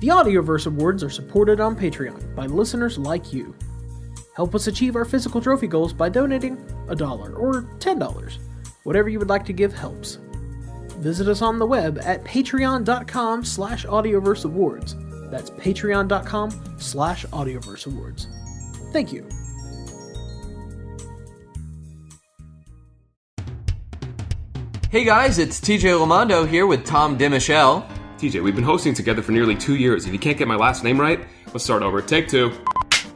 The Audioverse Awards are supported on Patreon by listeners like you. Help us achieve our physical trophy goals by donating a dollar or $10. Whatever you would like to give helps. Visit us on the web at patreon.com slash audioverse awards. That's patreon.com slash audioverse awards. Thank you. Hey guys, it's TJ Lamondo here with Tom DiMichelle. TJ, we've been hosting together for nearly two years. If you can't get my last name right, let's start over. Take two.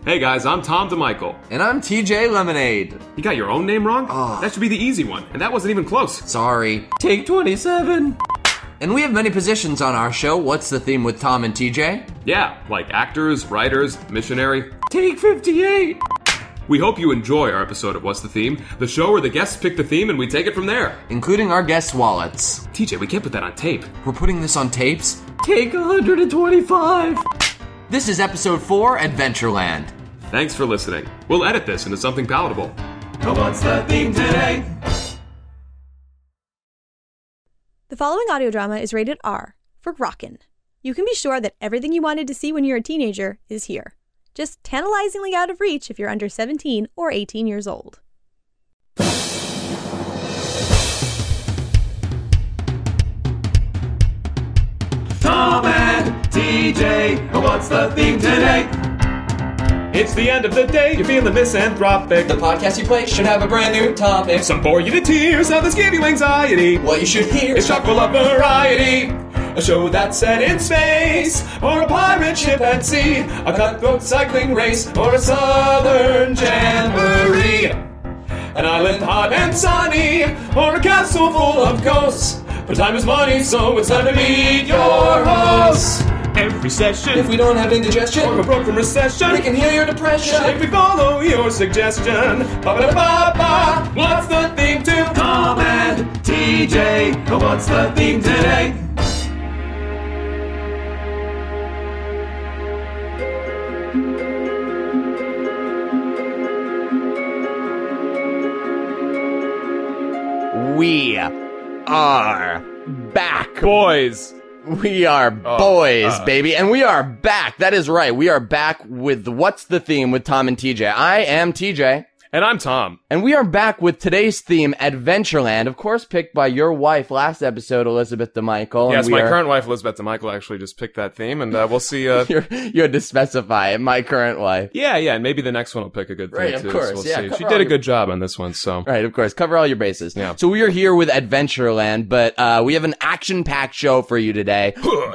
Hey guys, I'm Tom DeMichael. And I'm TJ Lemonade. Ah. You got your own name wrong? That should be the easy one, and that wasn't even close. Sorry. Take 27. And we have many positions on our show. What's the theme with Tom and TJ? Yeah, like actors, writers, missionary. Take 58. We hope you enjoy our episode of What's the Theme, the show where the guests pick the theme and we take it from there. Including our guest wallets. TJ, we can't put that on tape. We're putting this on tapes. Take 125. This is episode 4 Adventureland. Thanks for listening. We'll edit this into something palatable. The following audio drama is rated R for rockin'. You can be sure that everything you wanted to see when you were a teenager is here. Just tantalizingly out of reach if you're under 17 or 18 years old. Tom and TJ, what's the theme today? It's the end of the day, you're feeling misanthropic. The podcast you play should have a brand new topic. Some bore you to tears, others give you anxiety. What you should hear It's chock full of variety. A show that's set in space, or a pirate ship at sea, a cutthroat cycling race, or a southern jamboree. An island hot and sunny, or a castle full of ghosts. But time is money, so it's time to meet your hosts. Every session, If we don't have indigestion, we're broke from recession. we can heal your If depression. we follow your suggestion, ba-ba-da-ba-ba, what's the theme to Tom and TJ? What's the theme today? We are back. Boys. Oh, uh. We are boys, baby. And we are back. That is right. We are back with What's the Theme with Tom and TJ. I am TJ. And I'm Tom. And we are back with today's theme, Adventureland, of course, picked by your wife last episode, Elizabeth DeMichael. and Yes, Oh, we my are- current wife, Elizabeth DeMichael, actually just picked that theme, and uh, we'll see. Uh, You're- you had to specify it, my current wife. yeah, yeah, and maybe the next one will pick a good theme, Right, of too. course, so we'll yeah, see. cover She all did a your- good job on this one, so. Right, of course. Cover all your bases. Yeah. So we are here with Adventureland, but uh, we have an action-packed show for you today.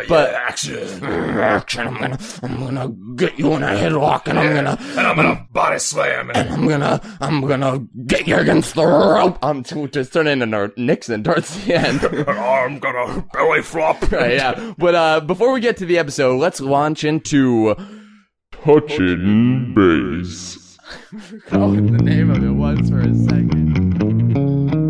but action, action! I'm gonna, I'm gonna get you in a headlock, and I'm gonna, I'm gonna body slam it. I'm gonna, I'm gonna get you against the rope. I'm t- just turning into Nor- Nixon towards the end. I'm gonna belly flop. right, yeah. But uh, before we get to the episode, let's launch into. Touching base. Oh, the name of it was for a second.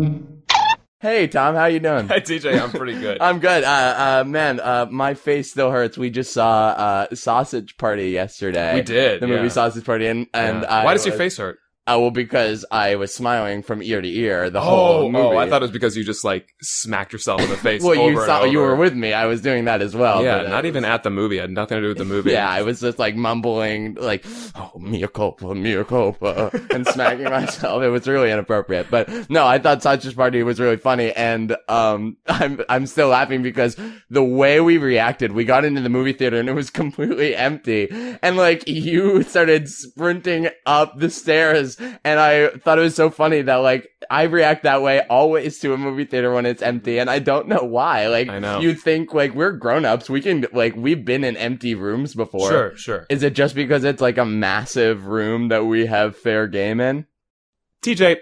Hey, Tom, how you doing? Hi, TJ, I'm pretty good. I'm good. Uh, uh, man, uh, my face still hurts. We just saw uh, Sausage Party yesterday. We did, the yeah. movie Sausage Party, and and Yeah. I Why does your was- face hurt? Uh, well, because I was smiling from ear to ear the whole movie. oh, I thought it was because you just like smacked yourself in the face. well, over you and saw you over. were with me. I was doing that as well. yeah, but, uh, not even at the movie. It had nothing to do with the movie. Yeah, I was just like mumbling, like "Oh, mea culpa, mea culpa," and smacking myself. It was really inappropriate. But no, I thought Sausage Party was really funny, and um, I'm I'm still laughing because the way we reacted, we got into the movie theater and it was completely empty, and like you started sprinting up the stairs, and I thought it was so funny that like I react that way always to a movie theater when it's empty, and I don't know why. Like I know. you think like we're grown ups, we can like we've been in empty rooms before. sure, sure. Is it just because it's like a massive room that we have fair game in? TJ,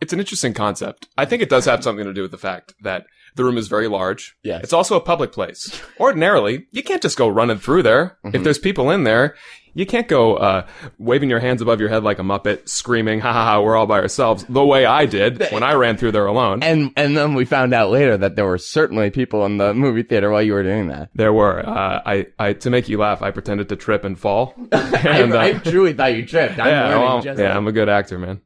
it's an interesting concept. I think it does have something to do with the fact that the room is very large. Yes. Mm-hmm. It's also a public place. Ordinarily, you can't just go running through there. If there's people in there, you can't go uh, waving your hands above your head like a muppet, screaming, "Ha ha ha! We're all by ourselves!" The way I did when I ran through there alone. And and then we found out later that there were certainly people in the movie theater while you were doing that. There were. Uh, I, I to make you laugh. I pretended to trip and fall. And, uh, I, I truly thought you tripped. I'm yeah, learning well, just yeah, I'm a good actor, man.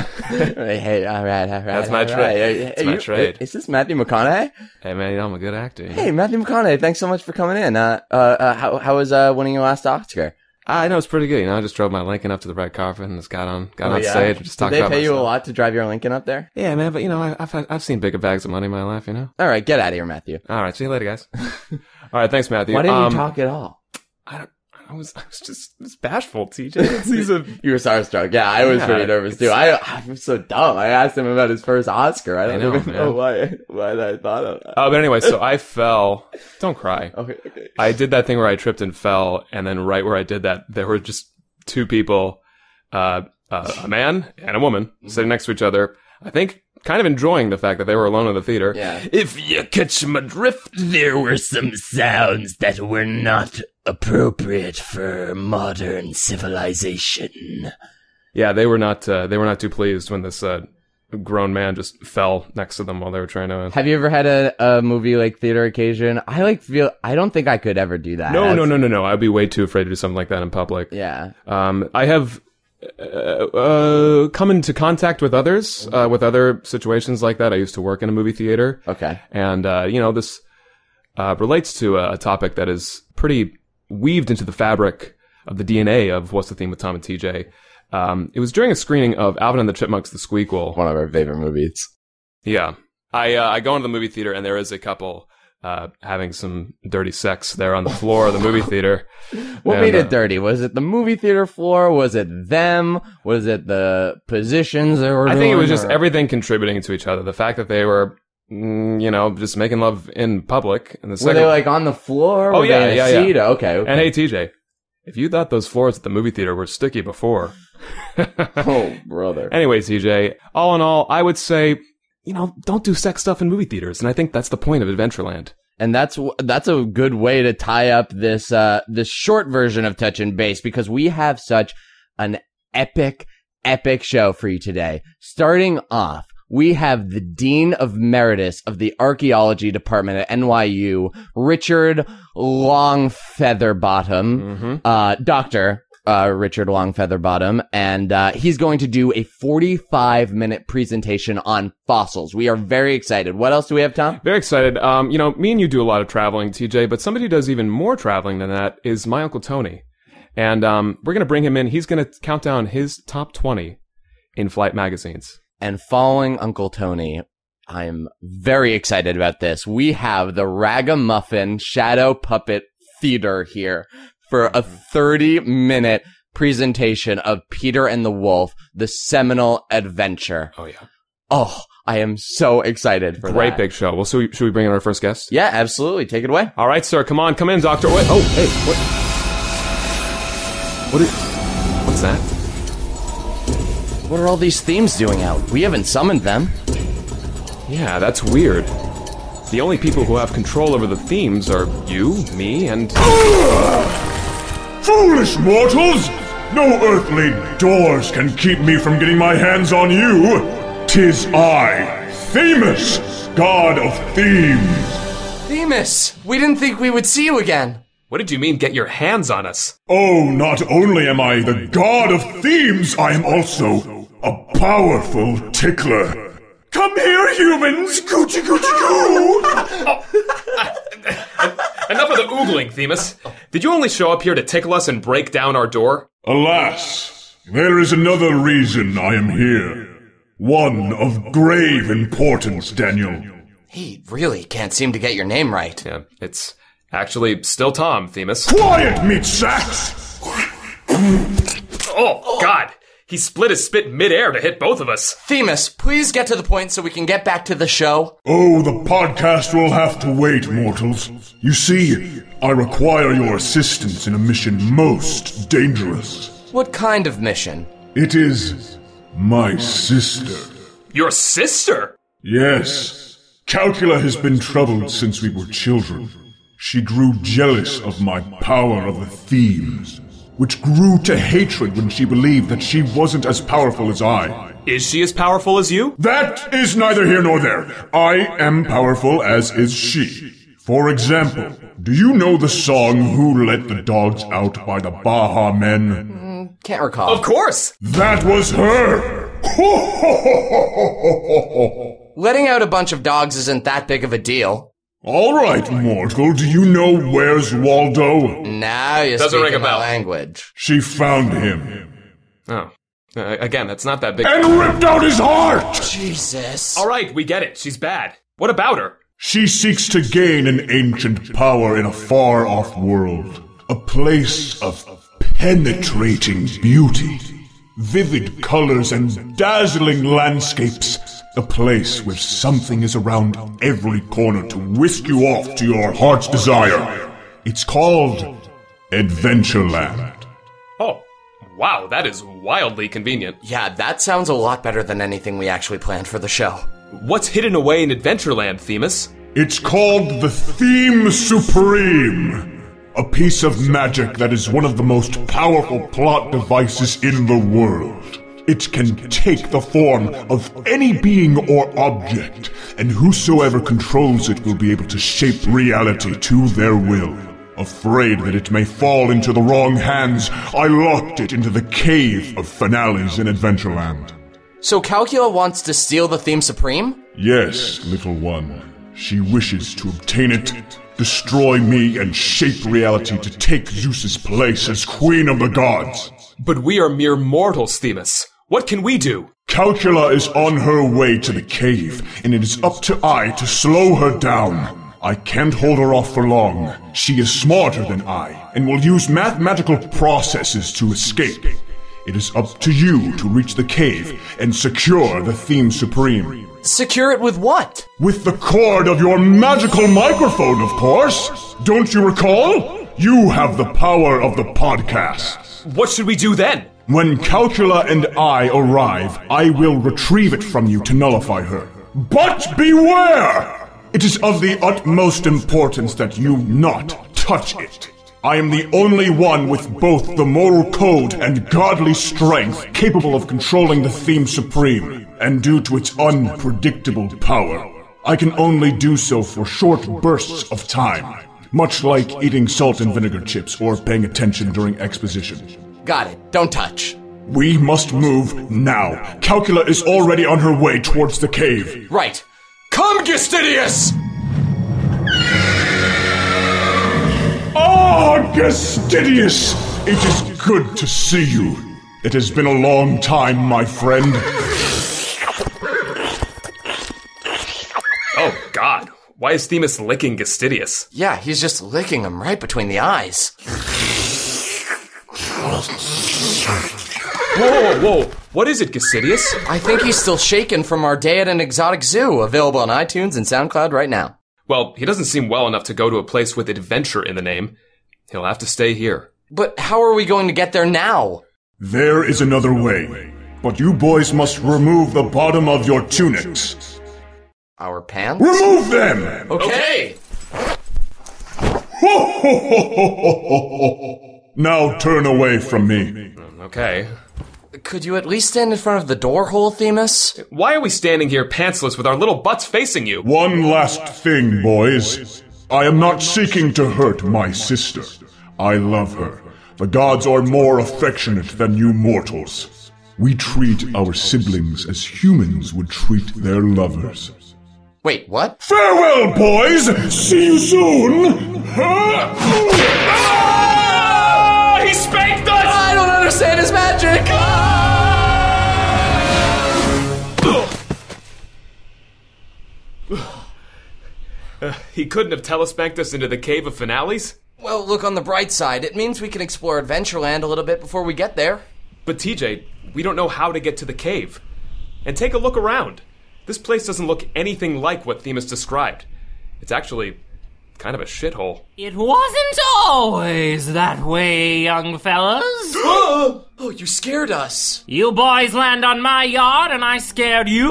hey, all right, all right. That's my all trade. right. Hey, That's hey, my you- trade. Is this Matthew McConaughey? Hey, man, you know, I'm a good actor. you know. Hey, Matthew McConaughey, thanks so much for coming in. Uh, uh, uh how how was uh winning your last Oscar? Ah, I know it's pretty good. You know, I just drove my Lincoln up to the red carpet and just got on, got Oh, on yeah? stage and just Did talked they about pay you a myself. lot to drive your Lincoln up there? Yeah, man, but you know, I, I've had- I've seen bigger bags of money in my life. You know. All right, get out of here, Matthew. All right, see you later, guys. all right, thanks, Matthew. Why didn't Um, you talk at all? I, don't, I was I was just, just bashful, TJ. He's a You were starstruck. Yeah, I was Yeah, pretty nervous too. I I'm so dumb. I asked him about his first Oscar. I don't know, even know man. why why I thought of that. Uh, but anyway, so I fell. Don't cry. Okay, okay. I did that thing where I tripped and fell, and then right where I did that, there were just two people, uh, uh, a man and a woman, Mm-hmm. sitting next to each other. I think kind of enjoying the fact that they were alone in the theater. Yeah. If you catch my drift, There were some sounds that were not appropriate for modern civilization. yeah, they were not. Uh, they were not too pleased when this uh, grown man just fell next to them while they were trying to. Have you ever had a, a movie like theater occasion? I like feel I don't think I could ever do that. No, That's- no, no, no, no! I'd be way too afraid to do something like that in public. Yeah. Um, I have uh, uh, come into contact with others, uh, with other situations like that. I used to work in a movie theater. Okay. And, uh, you know, this uh, relates to a, a topic that is pretty weaved into the fabric of the DNA of What's the Theme with Tom and TJ. Um, it was during a screening of Alvin and the Chipmunks, The Squeakquel. One of our favorite movies. Yeah. I uh, I go into the movie theater and there is a couple uh, having some dirty sex there on the floor of the movie theater. What And, made uh, it dirty? Was it the movie theater floor? Was it them? Was it the positions they were I think it doing, was just or- everything contributing to each other. The fact that they were, mm, you know, just making love in public. And the Were second, they like on the floor? Oh, Were they yeah, in a yeah, yeah. seat? Okay. okay. and hey, TJ, if you thought those floors at the movie theater were sticky before. oh, brother. anyway, TJ, all in all, I would say, you know, don't do sex stuff in movie theaters. And I think that's the point of Adventureland. and that's wh- that's a good way to tie up this uh this short version of touch and base because we have such an epic epic show for you today starting off we have the dean of emeritus of the archaeology department at NYU richard longfeatherbottom Mm-hmm. uh, Doctor uh, Richard Longfeatherbottom, and uh, he's going to do a 45 minute presentation on fossils. We are very excited. What else do we have, Tom? Very excited. Um, you know, me and you do a lot of traveling, TJ, but somebody who does even more traveling than that is my Uncle Tony. And um, we're going to bring him in. He's going to count down his top 20 in flight magazines. And following Uncle Tony, I'm very excited about this. We have the Ragamuffin Shadow Puppet Theater here for a Mm-hmm. 30 minute presentation of Peter and the Wolf, the seminal adventure. Oh, yeah. Oh, I am so excited for Great that. big show. Well, so we, should we bring in our first guest? Yeah, absolutely. Take it away. All right, sir. Come on, come in, Doctor. Wait. Oh, hey. What? What is? What's that? What are all these themes doing out? We haven't summoned them. Yeah, that's weird. The only people who have control over the themes are you, me, and Foolish mortals! No earthly doors can keep me from getting my hands on you! Tis I, Themis, god of themes! Themis, we didn't think we would see you again. what did you mean? Get your hands on us? Oh, not only am I the god of themes, I am also a powerful tickler. Come here, humans! Coochie coochie coo! Enough of the oogling, Themis. Did you only show up here to tickle us and break down our door? Alas, there is another reason I am here. One of grave importance, Daniel. He really can't seem to get your name right. Yeah, it's actually still Tom, Themis. Quiet, meat sacks! Oh God, he split his spit midair to hit both of us. Themis, please get to the point so we can get back to the show. Oh, the podcast will have to wait, mortals. You see, I require your assistance in a mission most dangerous. What kind of mission? It is my sister. Your sister? Yes. Calcula has been troubled since we were children. She grew jealous of my power of the themes. which grew to hatred when she believed that she wasn't as powerful as I. Is she as powerful as you? That is neither here nor there. I am powerful as is she. For example, do you know the song Who Let the Dogs Out by the Baha Men? Mm, Can't recall. Of course! That was her! Letting out a bunch of dogs isn't that big of a deal. All right, mortal, do you know where's Waldo? Now you're Doesn't speaking ring a my bell. language. She found him Oh. Uh, again, that's not that big. and ripped out his heart! Jesus. Alright, we get it. She's bad. What about her? She seeks to gain an ancient power in a far off world, a place of penetrating beauty, vivid colors, and dazzling landscapes. A place where something is around every corner to whisk you off to your heart's desire. It's called Adventureland. Oh. Wow, that is wildly convenient. Yeah, that sounds a lot better than anything we actually planned for the show. What's hidden away in Adventureland, Themis? It's called the Theme Supreme. A piece of magic that is one of the most powerful plot devices in the world. It can take the form of any being or object, and whosoever controls it will be able to shape reality to their will. Afraid that it may fall into the wrong hands, I locked it into the cave of finales in Adventureland. So Calcula wants to steal the theme supreme? Yes, little one. She wishes to obtain it, destroy me, and shape reality to take Zeus's place as queen of the gods. But we are mere mortals, Themis. What can we do? Calcula is on her way to the cave, and it is up to I to slow her down. I can't hold her off for long. She is smarter than I, and will use mathematical processes to escape. It is up to you to reach the cave and secure the theme supreme. Secure it with what? With the cord of your magical microphone, of course. Don't you recall? You have the power of the podcast. What should we do then? When Calcula and I arrive, I will retrieve it from you to nullify her. But beware! It is of the utmost importance that you not touch it. I am the only one with both the moral code and godly strength capable of controlling the theme supreme, and due to its unpredictable power, I can only do so for short bursts of time, much like eating salt and vinegar chips or paying attention during exposition. Got it. Don't touch. We must move now. Calcula is already on her way towards the cave. Right. Come, Gistidius! Ah, Gastidius! It is good to see you. It has been a long time, my friend. Oh, God. Why is Themis licking Gastidius? Yeah, he's just licking him right between the eyes. Whoa, whoa, whoa. whoa. What is it, Gastidius? I think he's still shaken from our day at an exotic zoo, available on iTunes and SoundCloud right now. Well, he doesn't seem well enough to go to a place with adventure in the name. He'll have to stay here. But how are we going to get there now? There is another way, but you boys must remove the bottom of your tunics. Our pants? Remove them! Okay. Now turn away from me. Okay. Could you at least stand in front of the door hole, Themis? Why are we standing here pantsless with our little butts facing you? One last thing, boys. I am not seeking to hurt my sister. I love her. The gods are more affectionate than you mortals. We treat our siblings as humans would treat their lovers. Wait, what? Farewell, boys! See you soon! Ah! He spanked us! I don't understand his magic! Uh, He couldn't have telespanked us into the cave of finales? Well, look on the bright side. It means we can explore Adventureland a little bit before we get there. But TJ, we don't know how to get to the cave. And take a look around. This place doesn't look anything like what Themis described. It's actually kind of a shithole. It wasn't always that way, young fellas. Oh, you scared us. You boys land on my yard and I scared you?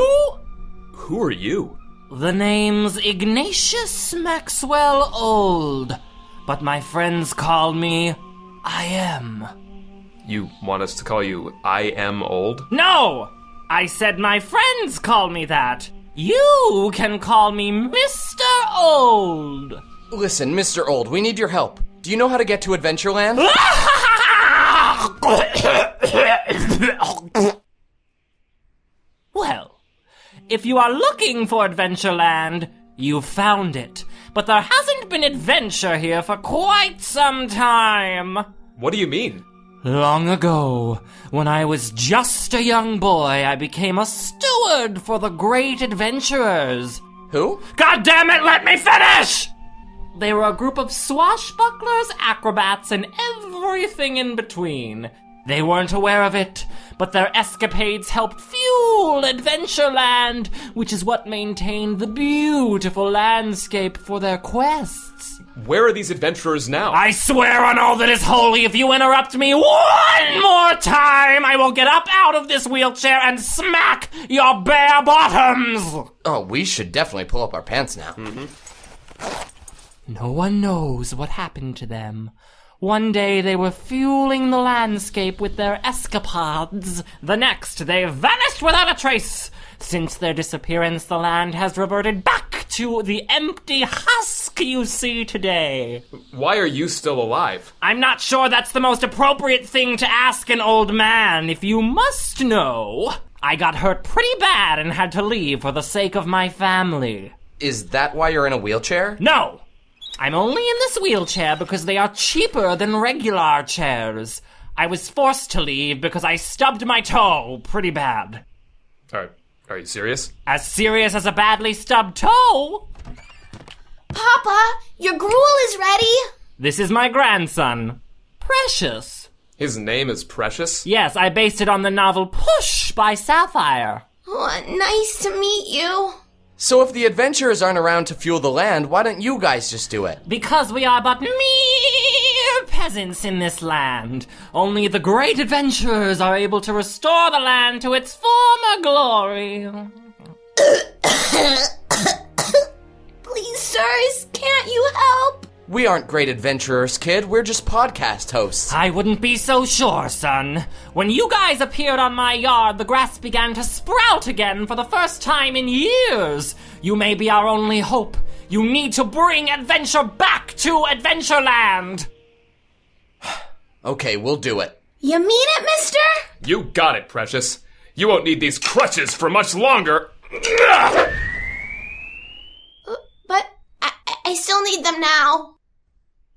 Who are you? The name's Ignatius Maxwell Old, but my friends call me I am. You want us to call you I am old? No! I said my friends call me that. You can call me Mr. Old. Listen, Mr. Old, we need your help. Do you know how to get to Adventureland? well, if you are looking for Adventureland, you found it. But there hasn't been adventure here for quite some time. What do you mean? Long ago, when I was just a young boy, I became a steward for the great adventurers. Who? God damn it, let me finish! They were a group of swashbucklers, acrobats, and everything in between. They weren't aware of it, but their escapades helped fuel Adventureland, which is what maintained the beautiful landscape for their quests. Where are these adventurers now? I swear on all that is holy, if you interrupt me one more time, I will get up out of this wheelchair and smack your bare bottoms! Oh, we should definitely pull up our pants now. Mm-hmm. No one knows what happened to them. One day they were fueling the landscape with their escapades. The next, they vanished without a trace. Since their disappearance, the land has reverted back to the empty husk you see today. Why are you still alive? I'm not sure that's the most appropriate thing to ask an old man. If you must know, I got hurt pretty bad and had to leave for the sake of my family. Is that why you're in a wheelchair? No! I'm only in this wheelchair because they are cheaper than regular chairs. I was forced to leave because I stubbed my toe pretty bad. Are, are you serious? As serious as a badly stubbed toe? Papa, your gruel is ready. This is my grandson. Precious. His name is Precious? Yes, I based it on the novel Push by Sapphire. Oh, nice to meet you. So if the adventurers aren't around to fuel the land, why don't you guys just do it? Because we are but mere peasants in this land. Only the great adventurers are able to restore the land to its former glory. Please, sirs, can't you help? We aren't great adventurers, kid. We're just podcast hosts. I wouldn't be so sure, son. When you guys appeared on my yard, the grass began to sprout again for the first time in years. You may be our only hope. You need to bring adventure back to Adventureland. Okay, we'll do it. You mean it, mister? You got it, Precious. You won't need these crutches for much longer. But I, I- I still need them now.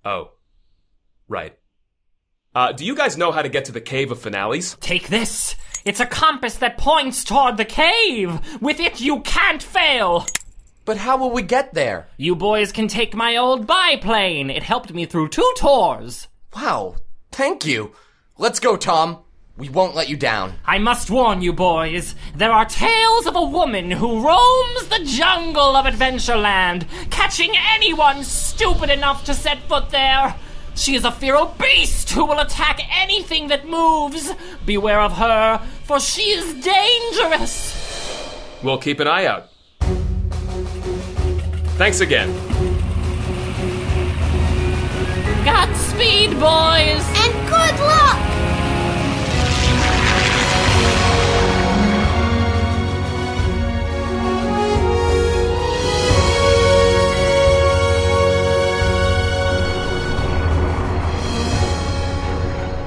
Oh. Right. Uh, do you guys know how to get to the Cave of Finales? Take this. It's a compass that points toward the cave. With it, you can't fail. But how will we get there? You boys can take my old biplane. It helped me through two tours. Wow, thank you. Let's go, Tom. We won't let you down. I must warn you, boys. There are tales of a woman who roams the jungle of Adventureland, catching anyone stupid enough to set foot there. She is a feral beast who will attack anything that moves. Beware of her, for she is dangerous. We'll keep an eye out. Thanks again. Godspeed, boys. And good luck!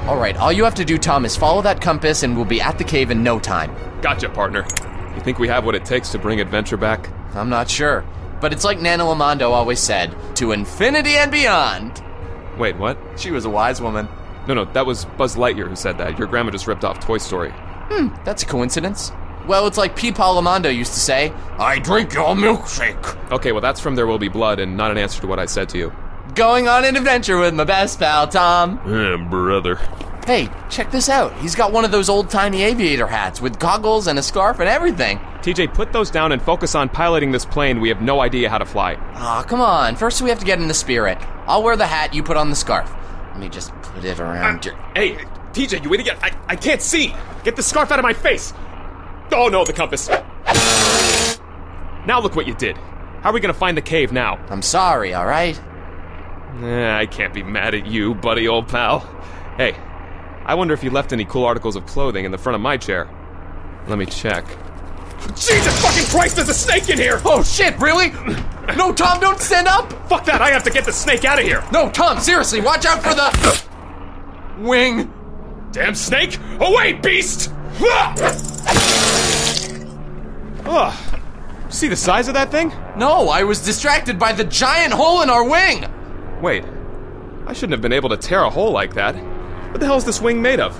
All right, all you have to do, Tom, is follow that compass and we'll be at the cave in no time. Gotcha, partner. You think we have what it takes to bring adventure back? I'm not sure. But it's like Nana Lamondo always said to infinity and beyond. Wait, what? She was a wise woman. No, no, that was Buzz Lightyear who said that. Your grandma just ripped off Toy Story. That's a coincidence. Well, it's like P. Palamondo used to say, I drink your milkshake. Okay, well, that's from There Will Be Blood and not an answer to what I said to you. Going on an adventure with my best pal, Tom. brother. Hey, check this out. He's got one of those old timey aviator hats with goggles and a scarf and everything. TJ, put those down and focus on piloting this plane. We have no idea how to fly. Aw, come on. First, we have to get in the spirit. I'll wear the hat, you put on the scarf. Let me just put it around your. Hey, TJ, you idiot! I, I can't see! Get the scarf out of my face! Oh no, the compass! Now look what you did. How are we gonna find the cave now? I'm sorry, alright? Eh, I can't be mad at you, buddy, old pal. Hey, I wonder if he left any cool articles of clothing in the front of my chair. Let me check. Jesus fucking Christ, there's a snake in here! Oh shit, really? No, Tom, don't stand up! Fuck that, I have to get the snake out of here! No, Tom, seriously, watch out for the wing. Damn snake! Away, beast! Ah! Ugh. See the size of that thing? No, I was distracted by the giant hole in our wing. Wait, I shouldn't have been able to tear a hole like that. What the hell is this wing made of?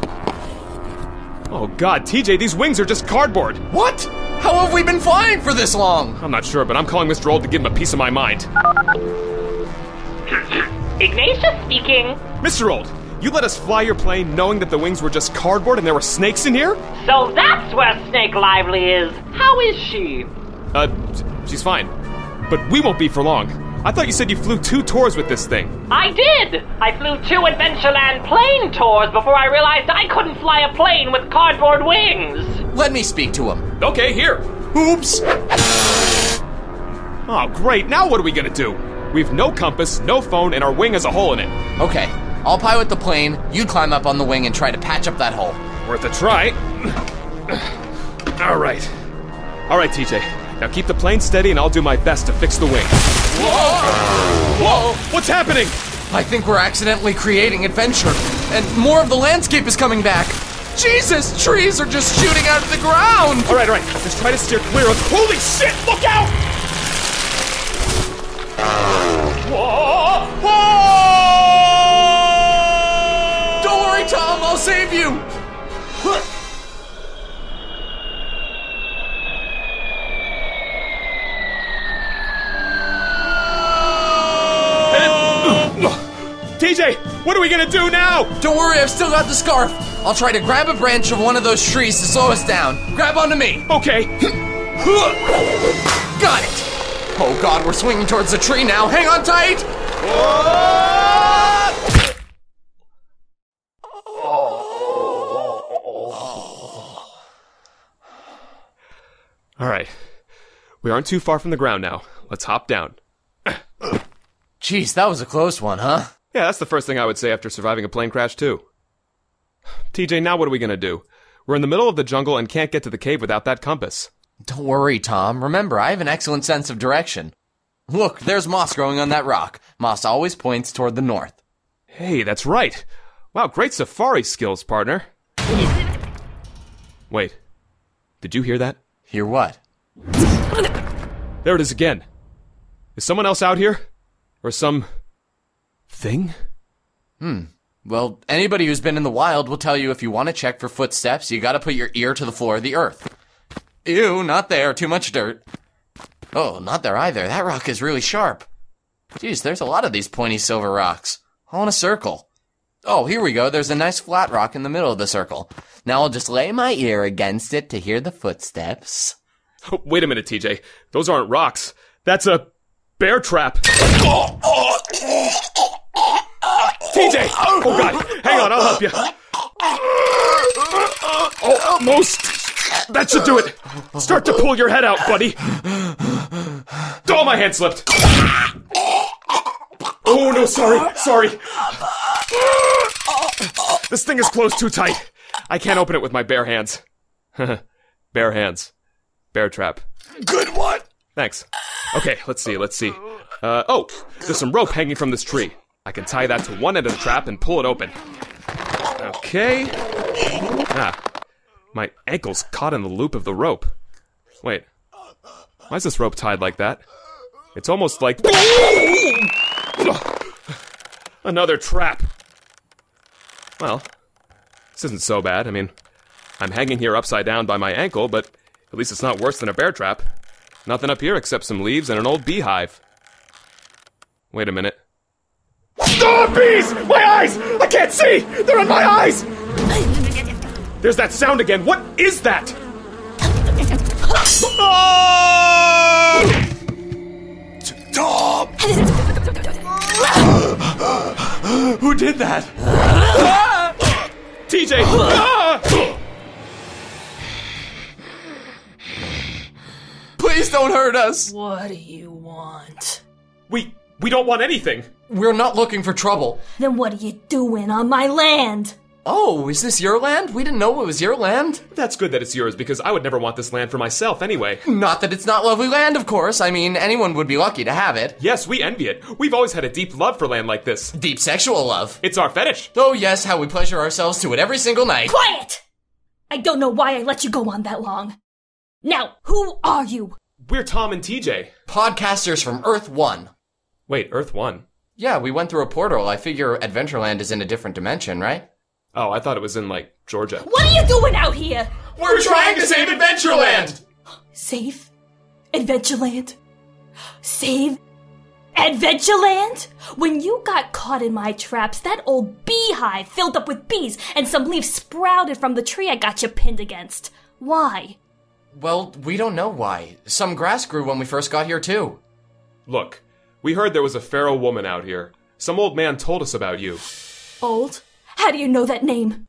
Oh god, TJ, these wings are just cardboard! What? How have we been flying for this long? I'm not sure, but I'm calling Mr. Old to give him a piece of my mind. Ignatius speaking. Mr. Old, you let us fly your plane knowing that the wings were just cardboard and there were snakes in here? So that's where Snake Lively is. How is she? Uh, sh- she's fine. But we won't be for long. I thought you said you flew two tours with this thing. I did! I flew two Adventureland plane tours before I realized I couldn't fly a plane with cardboard wings. Let me speak to him. Okay, here. Oops. Oh, great. Now what are we gonna do? We've no compass, no phone, and our wing has a hole in it. Okay, I'll pilot the plane. You climb up on the wing and try to patch up that hole. Worth a try. All right. All right, TJ. Now keep the plane steady and I'll do my best to fix the wing. Whoa! Whoa! What's happening? I think we're accidentally creating adventure, and more of the landscape is coming back. Jesus, trees are just shooting out of the ground. All right, all right. Just try to steer clear of. Holy shit! Look out! Uh, Whoa! Whoa! Don't worry, Tom, I'll save you. TJ, what are we gonna do now? Don't worry, I've still got the scarf. I'll try to grab a branch of one of those trees to slow us down. Grab onto me. Okay. Got it. Oh God, we're swinging towards the tree now. Hang on tight. All right. We aren't too far from the ground now. Let's hop down. Jeez, that was a close one, huh? Yeah, that's the first thing I would say after surviving a plane crash, too. TJ, now what are we gonna do? We're in the middle of the jungle and can't get to the cave without that compass. Don't worry, Tom. Remember, I have an excellent sense of direction. Look, there's moss growing on that rock. Moss always points toward the north. Hey, that's right. Wow, great safari skills, partner. Wait. Did you hear that? Hear what? There it is again. Is someone else out here? Or some. thing? Hmm. Well, anybody who's been in the wild will tell you if you want to check for footsteps, you gotta put your ear to the floor of the earth. Ew, not there. Too much dirt. Oh, not there either. That rock is really sharp. Jeez, there's a lot of these pointy silver rocks. All in a circle. Oh, here we go. There's a nice flat rock in the middle of the circle. Now I'll just lay my ear against it to hear the footsteps. Wait a minute, TJ. Those aren't rocks. That's a. bear trap. Oh, TJ! Oh, God. Hang on, I'll help you. Oh, almost. That should do it. Start to pull your head out, buddy. Oh, my hand slipped. Oh, no, sorry. Sorry. This thing is closed too tight. I can't open it with my bare hands. bare hands. Bear trap. Good one. Thanks. Okay, let's see, let's see. Uh, oh, there's some rope hanging from this tree. I can tie that to one end of the trap and pull it open. Okay. Ah, my ankle's caught in the loop of the rope. Wait, why is this rope tied like that? It's almost like. Another trap. Well, this isn't so bad. I mean, I'm hanging here upside down by my ankle, but at least it's not worse than a bear trap. Nothing up here except some leaves and an old beehive. Wait a minute. Oh, bees! My eyes! I can't see! They're in my eyes! There's that sound again. What is that? Oh! Tom! Who did that? TJ! Ah! Please don't hurt us. What do you want? We we don't want anything. We're not looking for trouble. Then what are you doing on my land? Oh, is this your land? We didn't know it was your land. That's good that it's yours because I would never want this land for myself anyway. Not that it's not lovely land, of course. I mean, anyone would be lucky to have it. Yes, we envy it. We've always had a deep love for land like this. Deep sexual love. It's our fetish. Oh, yes, how we pleasure ourselves to it every single night. Quiet! I don't know why I let you go on that long. Now, who are you? We're Tom and TJ. Podcasters from Earth 1. Wait, Earth 1. Yeah, we went through a portal. I figure Adventureland is in a different dimension, right? Oh, I thought it was in, like, Georgia. What are you doing out here? We're trying to save Adventureland! Save Adventureland? Save Adventureland? When you got caught in my traps, that old beehive filled up with bees and some leaves sprouted from the tree I got you pinned against. Why? Well, we don't know why. Some grass grew when we first got here, too. Look, we heard there was a feral woman out here. Some old man told us about you. Old? How do you know that name?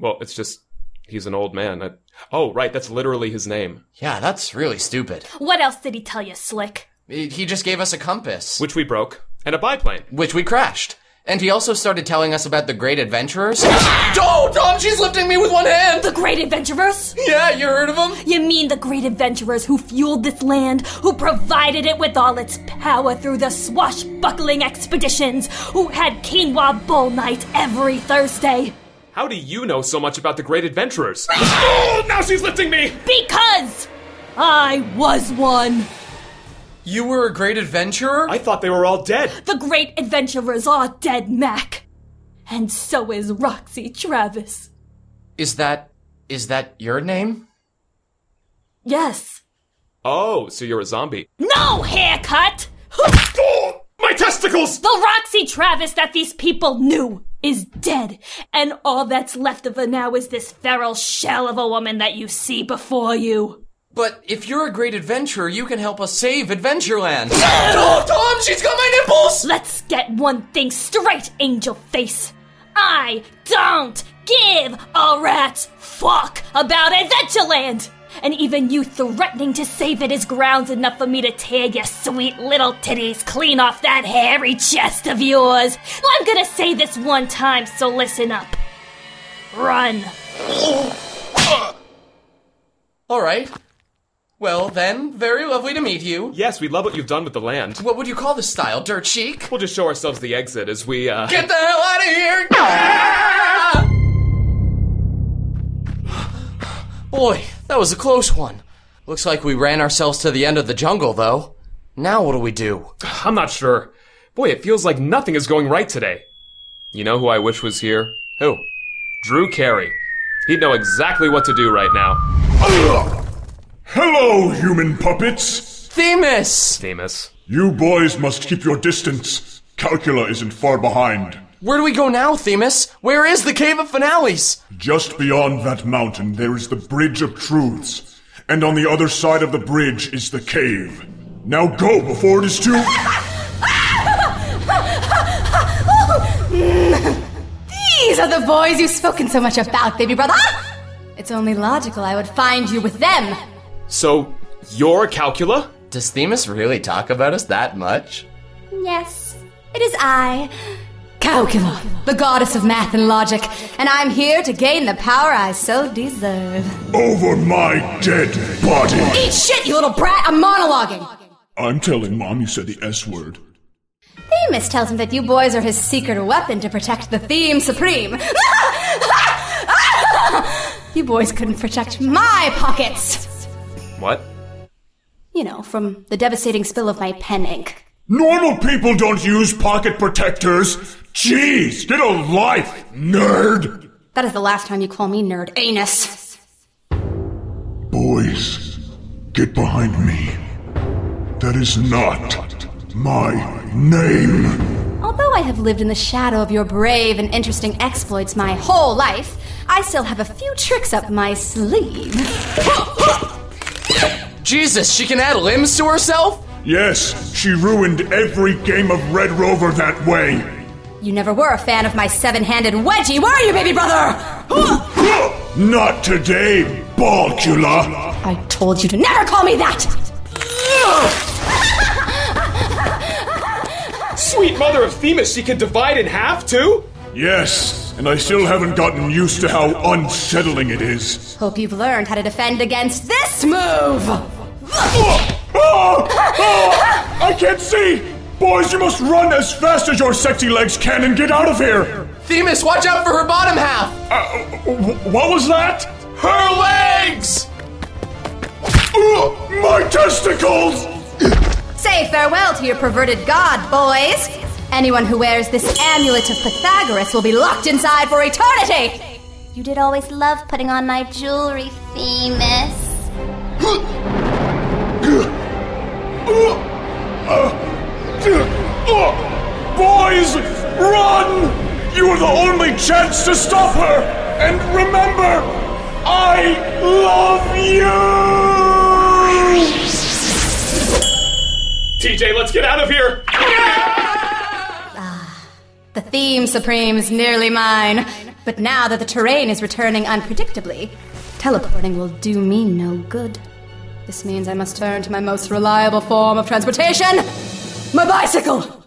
Well, it's just he's an old man. I, oh, right, that's literally his name, Yeah, that's really stupid. What else did he tell you, Slick? He he just gave us a compass, which we broke, and a biplane. which we crashed. And he also started telling us about the great adventurers. oh, Tom, she's lifting me with one hand! The Great Adventurers? Yeah, you heard of them? You mean the great adventurers who fueled this land, who provided it with all its power through the swashbuckling expeditions, who had quinoa bowl night every Thursday? How do you know so much about the great adventurers? oh, now she's lifting me! Because I was one. You were a great adventurer? I thought they were all dead. The great adventurers are dead, Mac. And so is Roxy Travis. Is that. is that your name? Yes. Oh, so you're a zombie. No haircut! Oh, my testicles! The Roxy Travis that these people knew is dead, and all that's left of her now is this feral shell of a woman that you see before you. But if you're a great adventurer, you can help us save Adventureland. oh, Tom, she's got my nipples! Let's get one thing straight, Angel Face. I don't give a rat's fuck about Adventureland! And even you threatening to save it is grounds enough for me to tear your sweet little titties clean off that hairy chest of yours. I'm gonna say this one time, so listen up. Run. All right. Well, then, very lovely to meet you. Yes, we love what you've done with the land. What would you call this style? Dirt chic? We'll just show ourselves the exit as we, uh. Get the hell out of here! Ah! Boy, that was a close one. Looks like we ran ourselves to the end of the jungle, though. Now what do we do? I'm not sure. Boy, it feels like nothing is going right today. You know who I wish was here? Who? Drew Carey. He'd know exactly what to do right now. Ugh. Hello, human puppets! Themis! Famous. You boys must keep your distance. Calcula isn't far behind. Where do we go now, Themis? Where is the Cave of Finales? Just beyond that mountain, there is the Bridge of Truths. And on the other side of the bridge is the cave. Now go before it is too. These are the boys you've spoken so much about, baby brother. It's only logical I would find you with them. So, you're Calcula? Does Themis really talk about us that much? Yes, it is I, Calcula, the goddess of math and logic, and I'm here to gain the power I so deserve. Over my dead body! Eat shit, you little brat! I'm monologuing. I'm telling mom you said the S word. Themis tells him that you boys are his secret weapon to protect the theme supreme. you boys couldn't protect my pockets. What? You know, from the devastating spill of my pen ink. Normal people don't use pocket protectors! Jeez, get a life, nerd! That is the last time you call me nerd anus. Boys, get behind me. That is not my name. Although I have lived in the shadow of your brave and interesting exploits my whole life, I still have a few tricks up my sleeve. Jesus, she can add limbs to herself? Yes, she ruined every game of Red Rover that way. You never were a fan of my seven handed wedgie, were you, baby brother? Not today, Balcula. I told you to never call me that! Sweet mother of Themis, she can divide in half too? Yes, and I still haven't gotten used to how unsettling it is. Hope you've learned how to defend against this move! Ah! I can't see! Boys, you must run as fast as your sexy legs can and get out of here! Uh, Themis, watch out for her bottom half! what was that? Her legs! Uh, my testicles! Say farewell to your perverted god, boys! Anyone who wears this amulet of Pythagoras will be locked inside for eternity! You did always love putting on my jewelry, Themis. Boys, run! You are the only chance to stop her! And remember, I love you! TJ, let's get out of here! The theme supreme is nearly mine, but now that the terrain is returning unpredictably, teleporting will do me no good. This means I must turn to my most reliable form of transportation my bicycle!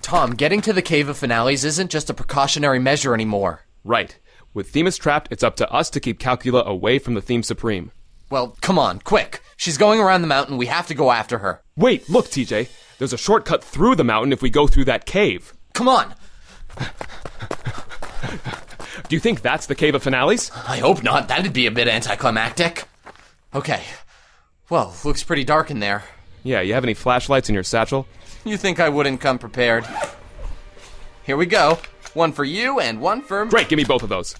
Tom, getting to the Cave of Finales isn't just a precautionary measure anymore. Right. With Themis trapped, it's up to us to keep Calcula away from the Theme Supreme. Well, come on, quick. She's going around the mountain. We have to go after her. Wait, look, TJ. There's a shortcut through the mountain if we go through that cave. Come on. Do you think that's the Cave of Finales? I hope not. That'd be a bit anticlimactic. Okay. Well, looks pretty dark in there. Yeah, you have any flashlights in your satchel? You think I wouldn't come prepared? Here we go. One for you and one for. Great, give me both of those.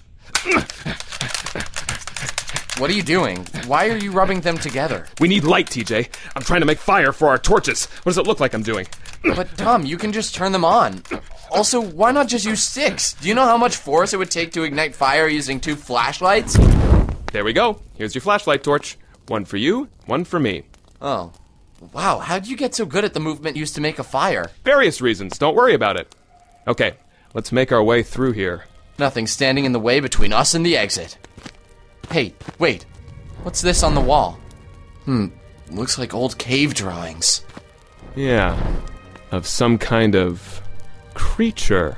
What are you doing? Why are you rubbing them together? We need light, TJ. I'm trying to make fire for our torches. What does it look like I'm doing? But, Tom, you can just turn them on. Also, why not just use six? Do you know how much force it would take to ignite fire using two flashlights? There we go. Here's your flashlight torch. One for you, one for me. Oh. Wow, how'd you get so good at the movement used to make a fire? Various reasons. Don't worry about it. Okay, let's make our way through here. Nothing standing in the way between us and the exit. Hey, wait. What's this on the wall? Hmm, looks like old cave drawings. Yeah. Of some kind of creature.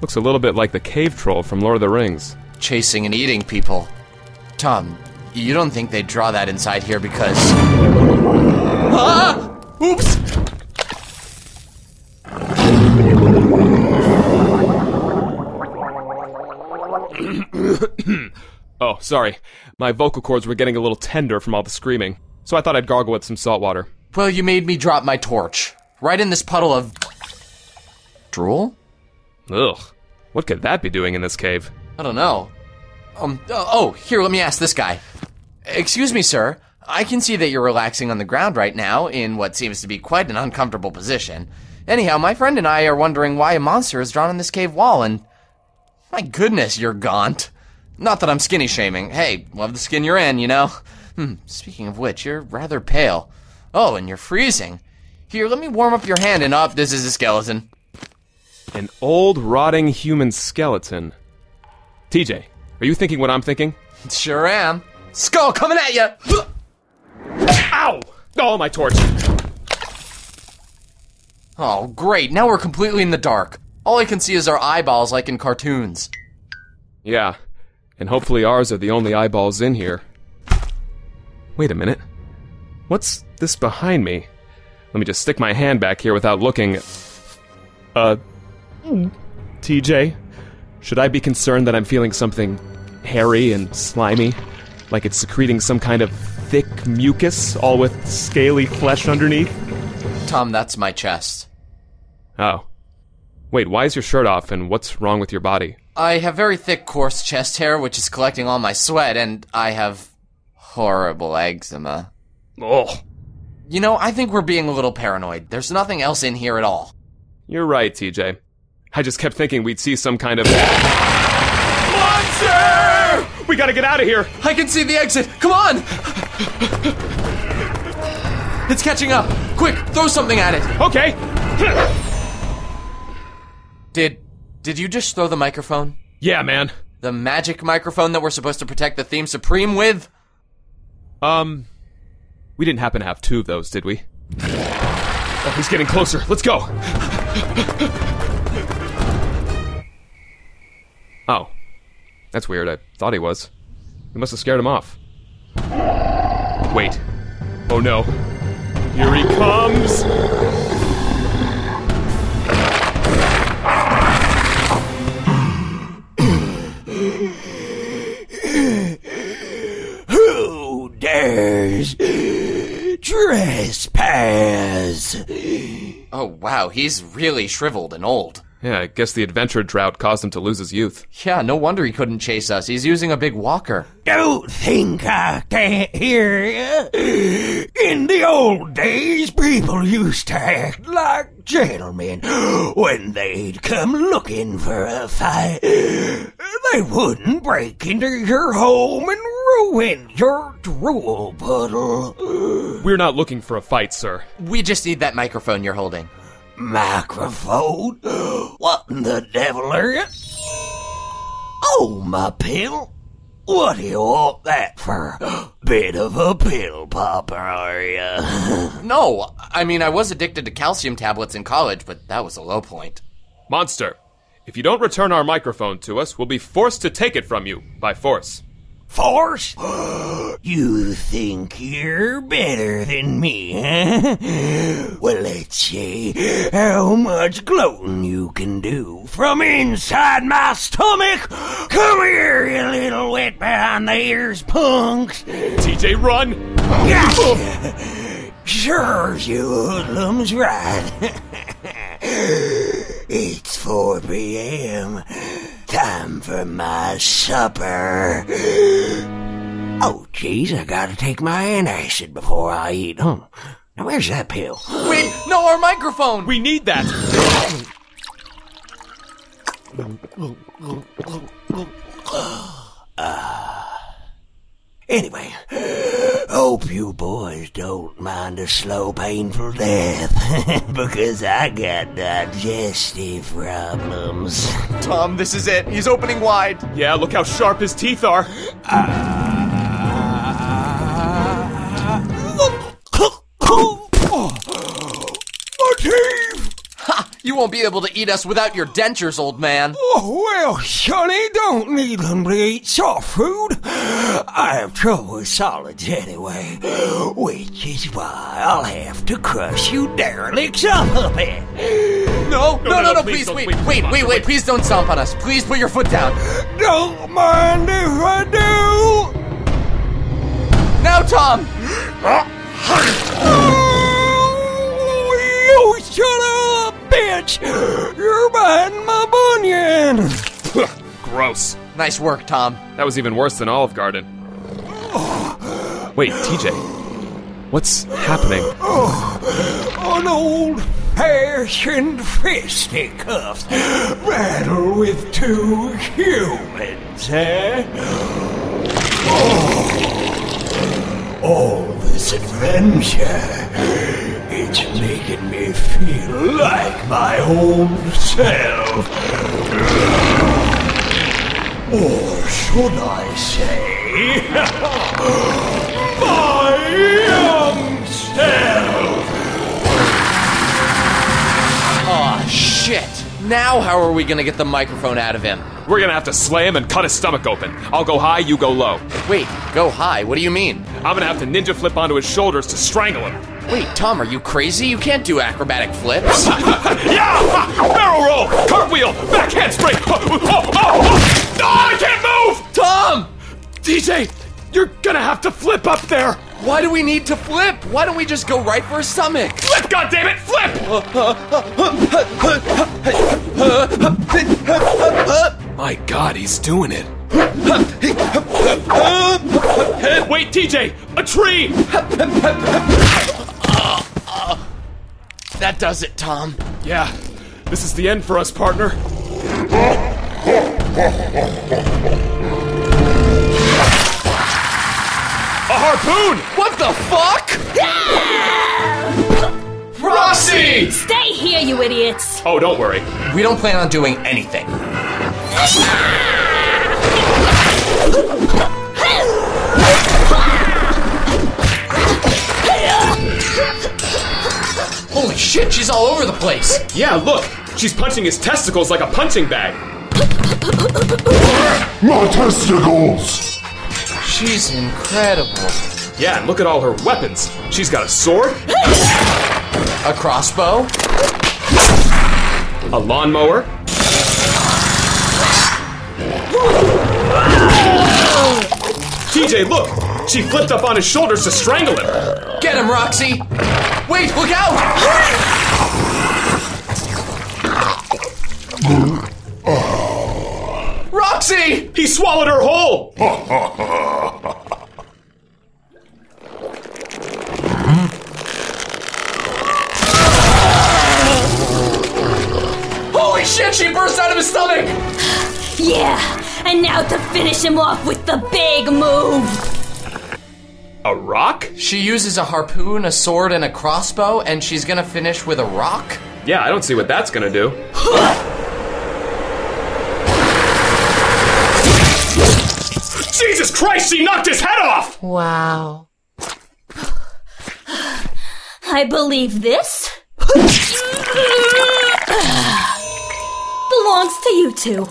Looks a little bit like the cave troll from Lord of the Rings. Chasing and eating people. Tom, you don't think they'd draw that inside here because. Ah! Oops! oh, sorry. My vocal cords were getting a little tender from all the screaming, so I thought I'd gargle with some salt water. Well, you made me drop my torch. Right in this puddle of. drool? Ugh. What could that be doing in this cave? I don't know. Um, oh, oh, here, let me ask this guy. Excuse me, sir. I can see that you're relaxing on the ground right now in what seems to be quite an uncomfortable position. Anyhow, my friend and I are wondering why a monster is drawn on this cave wall and. My goodness, you're gaunt. Not that I'm skinny shaming. Hey, love the skin you're in, you know? Hmm, speaking of which, you're rather pale. Oh, and you're freezing. Here, let me warm up your hand and up. This is a skeleton. An old, rotting human skeleton. TJ, are you thinking what I'm thinking? Sure am. Skull coming at you! Ow! Oh, my torch. Oh, great. Now we're completely in the dark. All I can see is our eyeballs like in cartoons. Yeah. And hopefully ours are the only eyeballs in here. Wait a minute. What's this behind me? Let me just stick my hand back here without looking. Uh. TJ? Should I be concerned that I'm feeling something hairy and slimy? Like it's secreting some kind of thick mucus, all with scaly flesh underneath? Tom, that's my chest. Oh. Wait, why is your shirt off and what's wrong with your body? I have very thick, coarse chest hair, which is collecting all my sweat, and I have horrible eczema. Ugh. You know, I think we're being a little paranoid. There's nothing else in here at all. You're right, TJ. I just kept thinking we'd see some kind of. Monster! We gotta get out of here! I can see the exit! Come on! It's catching up! Quick, throw something at it! Okay! Did. Did you just throw the microphone? Yeah, man. The magic microphone that we're supposed to protect the theme supreme with? Um. We didn't happen to have two of those, did we? He's getting closer. Let's go. Oh. That's weird. I thought he was. We must have scared him off. Wait. Oh no. Here he comes! Who dares trespass? Oh, wow, he's really shriveled and old. Yeah, I guess the adventure drought caused him to lose his youth. Yeah, no wonder he couldn't chase us. He's using a big walker. Don't think I can't hear you. In the old days, people used to act like gentlemen when they'd come looking for a fight. They wouldn't break into your home and ruin your drool puddle. We're not looking for a fight, sir. We just need that microphone you're holding. Microphone? What in the devil are you? Oh, my pill. What do you want that for? Bit of a pill popper, are you? No, I mean, I was addicted to calcium tablets in college, but that was a low point. Monster, if you don't return our microphone to us, we'll be forced to take it from you by force. Force? You think you're better than me, huh? Well, let's see how much gloating you can do from inside my stomach. Come here, you little wet behind the ears punks. TJ, run! Gotcha. sure, you hoodlums, right. it's 4 p.m. Time for my supper. Oh, jeez, I gotta take my antacid before I eat. Huh. Now, where's that pill? Wait, no, our microphone! We need that! Anyway, hope you boys don't mind a slow, painful death, because I got digestive problems. Tom, this is it. He's opening wide. Yeah, look how sharp his teeth are. My teeth! Ha! You won't be able to eat us without your dentures, old man. Oh, well, Sonny, don't need them to eat soft food. I have trouble with solids anyway, which is why I'll have to crush you derelicts up a bit. No, no, no, no, please, wait, wait, wait, wait, please don't stomp on us. Please put your foot down. Don't mind if I do. Now, Tom! Oh, you shut up, bitch! You're biting my bunion. Gross. Nice work, Tom. That was even worse than Olive Garden. Wait, TJ. What's happening? Oh, An old fashioned fisticuffs battle with two humans, eh? Oh, all this adventure. It's making me feel like my old self. Or should I say, my young self? Aw, shit. Now, how are we gonna get the microphone out of him? We're gonna have to slay him and cut his stomach open. I'll go high, you go low. Wait, go high. What do you mean? I'm gonna have to ninja flip onto his shoulders to strangle him. Wait, Tom, are you crazy? You can't do acrobatic flips. Yeah! Ha! Barrel roll! Cartwheel! Back handspring! Oh, oh, oh, oh! No, I can't move! Tom! DJ, you're gonna have to flip up there! Why do we need to flip? Why don't we just go right for his stomach? Flip, goddammit! Flip! My god, he's doing it. Wait, TJ! A tree! That does it, Tom. Yeah, this is the end for us, partner. A harpoon! What the fuck? Roxy! Stay here, you idiots! Oh, don't worry. We don't plan on doing anything. Holy shit, she's all over the place. Yeah, look, she's punching his testicles like a punching bag. My testicles! She's incredible. Yeah, and look at all her weapons. She's got a sword, a crossbow, a lawnmower, TJ, look! She flipped up on his shoulders to strangle him! Get him, Roxy! Wait, look out! Roxy! He swallowed her whole! Holy shit, she burst out of his stomach! Yeah, and now to finish him off with the big move. A rock? She uses a harpoon, a sword, and a crossbow, and she's gonna finish with a rock? Yeah, I don't see what that's gonna do. Jesus Christ, she knocked his head off! Wow. I believe this belongs to you two.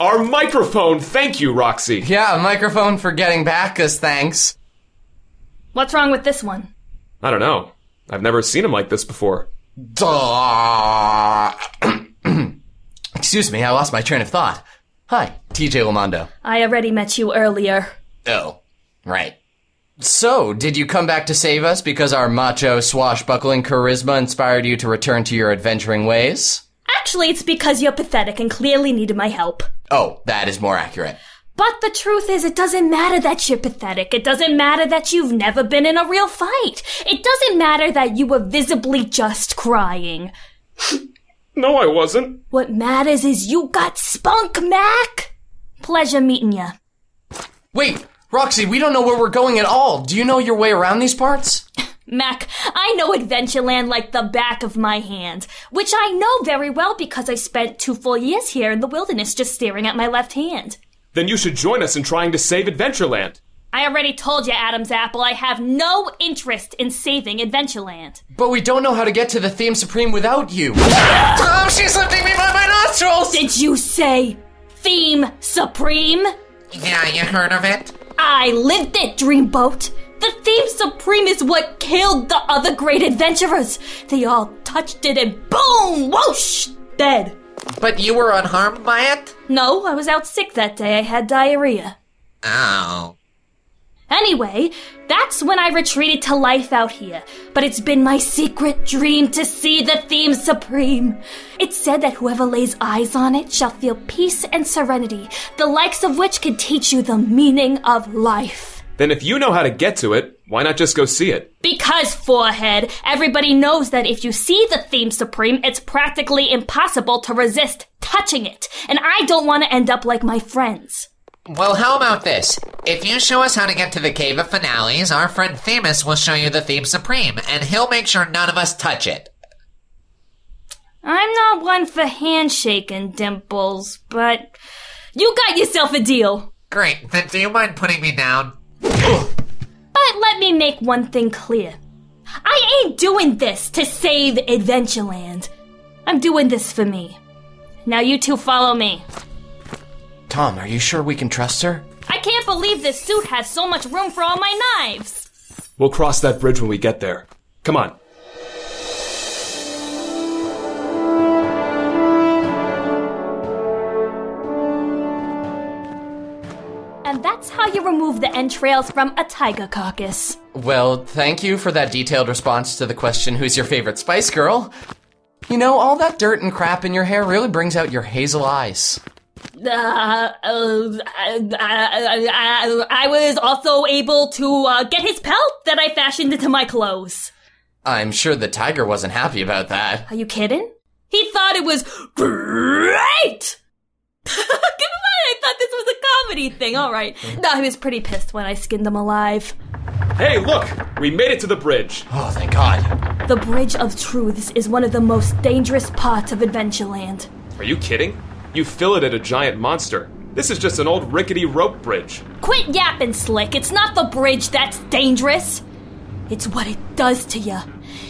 Our microphone, thank you, Roxy. Yeah, a microphone for getting back us, thanks. What's wrong with this one? I don't know. I've never seen him like this before. Duh. Uh, Excuse me, I lost my train of thought. Hi, TJ Lamondo. I already met you earlier. Oh, right. So, did you come back to save us because our macho, swashbuckling charisma inspired you to return to your adventuring ways? Actually, it's because you're pathetic and clearly needed my help. Oh, that is more accurate. But the truth is, it doesn't matter that you're pathetic. It doesn't matter that you've never been in a real fight. It doesn't matter that you were visibly just crying. No, I wasn't. What matters is you got spunk, Mac! Pleasure meeting ya. Wait, Roxy, we don't know where we're going at all. Do you know your way around these parts? Mac, I know Adventureland like the back of my hand, which I know very well because I spent two full years here in the wilderness just staring at my left hand. Then you should join us in trying to save Adventureland. I already told you, Adam's apple, I have no interest in saving Adventureland. But we don't know how to get to the Theme Supreme without you. Oh, she's lifting me by my nostrils! Did you say Theme Supreme? Yeah, you heard of it? I lived it, Dreamboat. The Theme Supreme is what killed the other great adventurers. They all touched it and boom, whoosh, dead. But you were unharmed by it? No, I was out sick that day. I had diarrhea. Oh. Anyway, that's when I retreated to life out here. But it's been my secret dream to see the theme supreme. It's said that whoever lays eyes on it shall feel peace and serenity, the likes of which can teach you the meaning of life. Then if you know how to get to it, why not just go see it? Because, forehead, everybody knows that if you see the theme supreme, it's practically impossible to resist touching it. And I don't want to end up like my friends. Well, how about this? If you show us how to get to the Cave of Finales, our friend Themis will show you the theme supreme, and he'll make sure none of us touch it. I'm not one for handshaking, Dimples, but you got yourself a deal. Great, then do you mind putting me down? But let me make one thing clear. I ain't doing this to save Adventureland. I'm doing this for me. Now you two follow me. Tom, are you sure we can trust her? I can't believe this suit has so much room for all my knives. We'll cross that bridge when we get there. Come on. And that's how you remove the entrails from a tiger carcass. Well, thank you for that detailed response to the question, Who's your favorite Spice Girl? You know, all that dirt and crap in your hair really brings out your hazel eyes. Uh, uh, uh, uh, I, I was also able to uh, get his pelt that I fashioned into my clothes. I'm sure the tiger wasn't happy about that. Are you kidding? He thought it was great! I thought this was a comedy thing. All right. No, I was pretty pissed when I skinned him alive. Hey, look! We made it to the bridge. Oh, thank God. The Bridge of Truths is one of the most dangerous parts of Adventureland. Are you kidding? You filleted a giant monster. This is just an old rickety rope bridge. Quit yapping, Slick. It's not the bridge that's dangerous. It's what it does to you.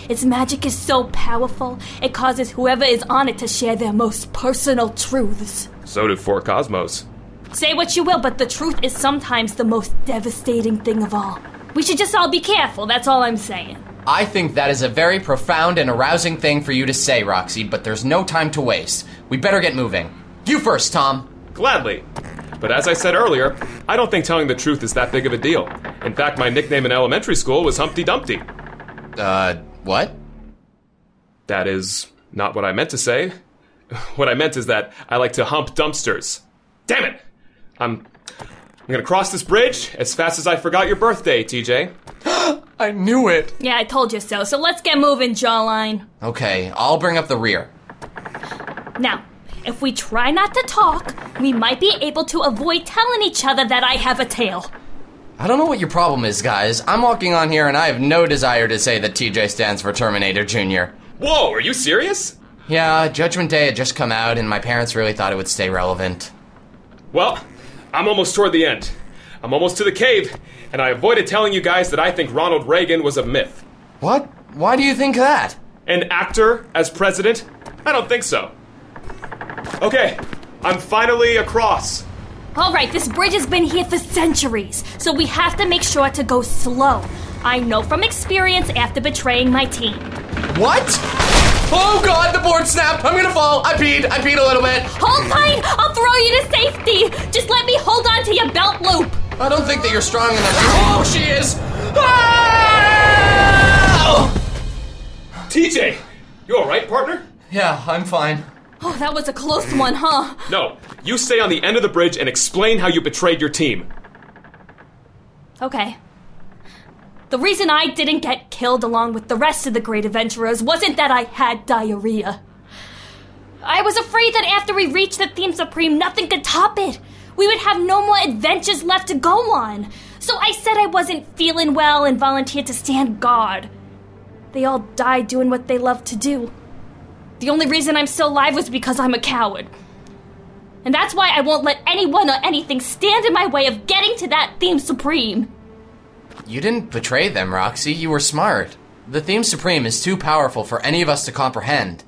Its magic is so powerful, it causes whoever is on it to share their most personal truths. So do four cosmos. Say what you will, but the truth is sometimes the most devastating thing of all. We should just all be careful, that's all I'm saying. I think that is a very profound and arousing thing for you to say, Roxy, but there's no time to waste. We better get moving. You first, Tom. Gladly. But as I said earlier, I don't think telling the truth is that big of a deal. In fact, my nickname in elementary school was Humpty Dumpty. Uh, what? That is not what I meant to say. What I meant is that I like to hump dumpsters. Damn it! I'm. I'm gonna cross this bridge as fast as I forgot your birthday, TJ. I knew it! Yeah, I told you so, so let's get moving, jawline. Okay, I'll bring up the rear. Now, if we try not to talk, we might be able to avoid telling each other that I have a tail. I don't know what your problem is, guys. I'm walking on here and I have no desire to say that TJ stands for Terminator Jr. Whoa, are you serious? Yeah, Judgment Day had just come out and my parents really thought it would stay relevant. Well, I'm almost toward the end. I'm almost to the cave, and I avoided telling you guys that I think Ronald Reagan was a myth. What? Why do you think that? An actor as president? I don't think so. Okay, I'm finally across. Alright, this bridge has been here for centuries, so we have to make sure to go slow. I know from experience after betraying my team. What? Oh god, the board snapped! I'm gonna fall! I peed! I peed a little bit! Hold tight! I'll throw you to safety! Just let me hold on to your belt loop! I don't think that you're strong enough. Oh, she is! Ah! TJ, you alright, partner? Yeah, I'm fine. Oh, that was a close one, huh? No, you stay on the end of the bridge and explain how you betrayed your team. Okay. The reason I didn't get killed along with the rest of the great adventurers wasn't that I had diarrhea. I was afraid that after we reached the theme supreme, nothing could top it. We would have no more adventures left to go on. So I said I wasn't feeling well and volunteered to stand guard. They all died doing what they loved to do. The only reason I'm still alive was because I'm a coward. And that's why I won't let anyone or anything stand in my way of getting to that theme supreme. You didn't betray them, Roxy. You were smart. The theme supreme is too powerful for any of us to comprehend.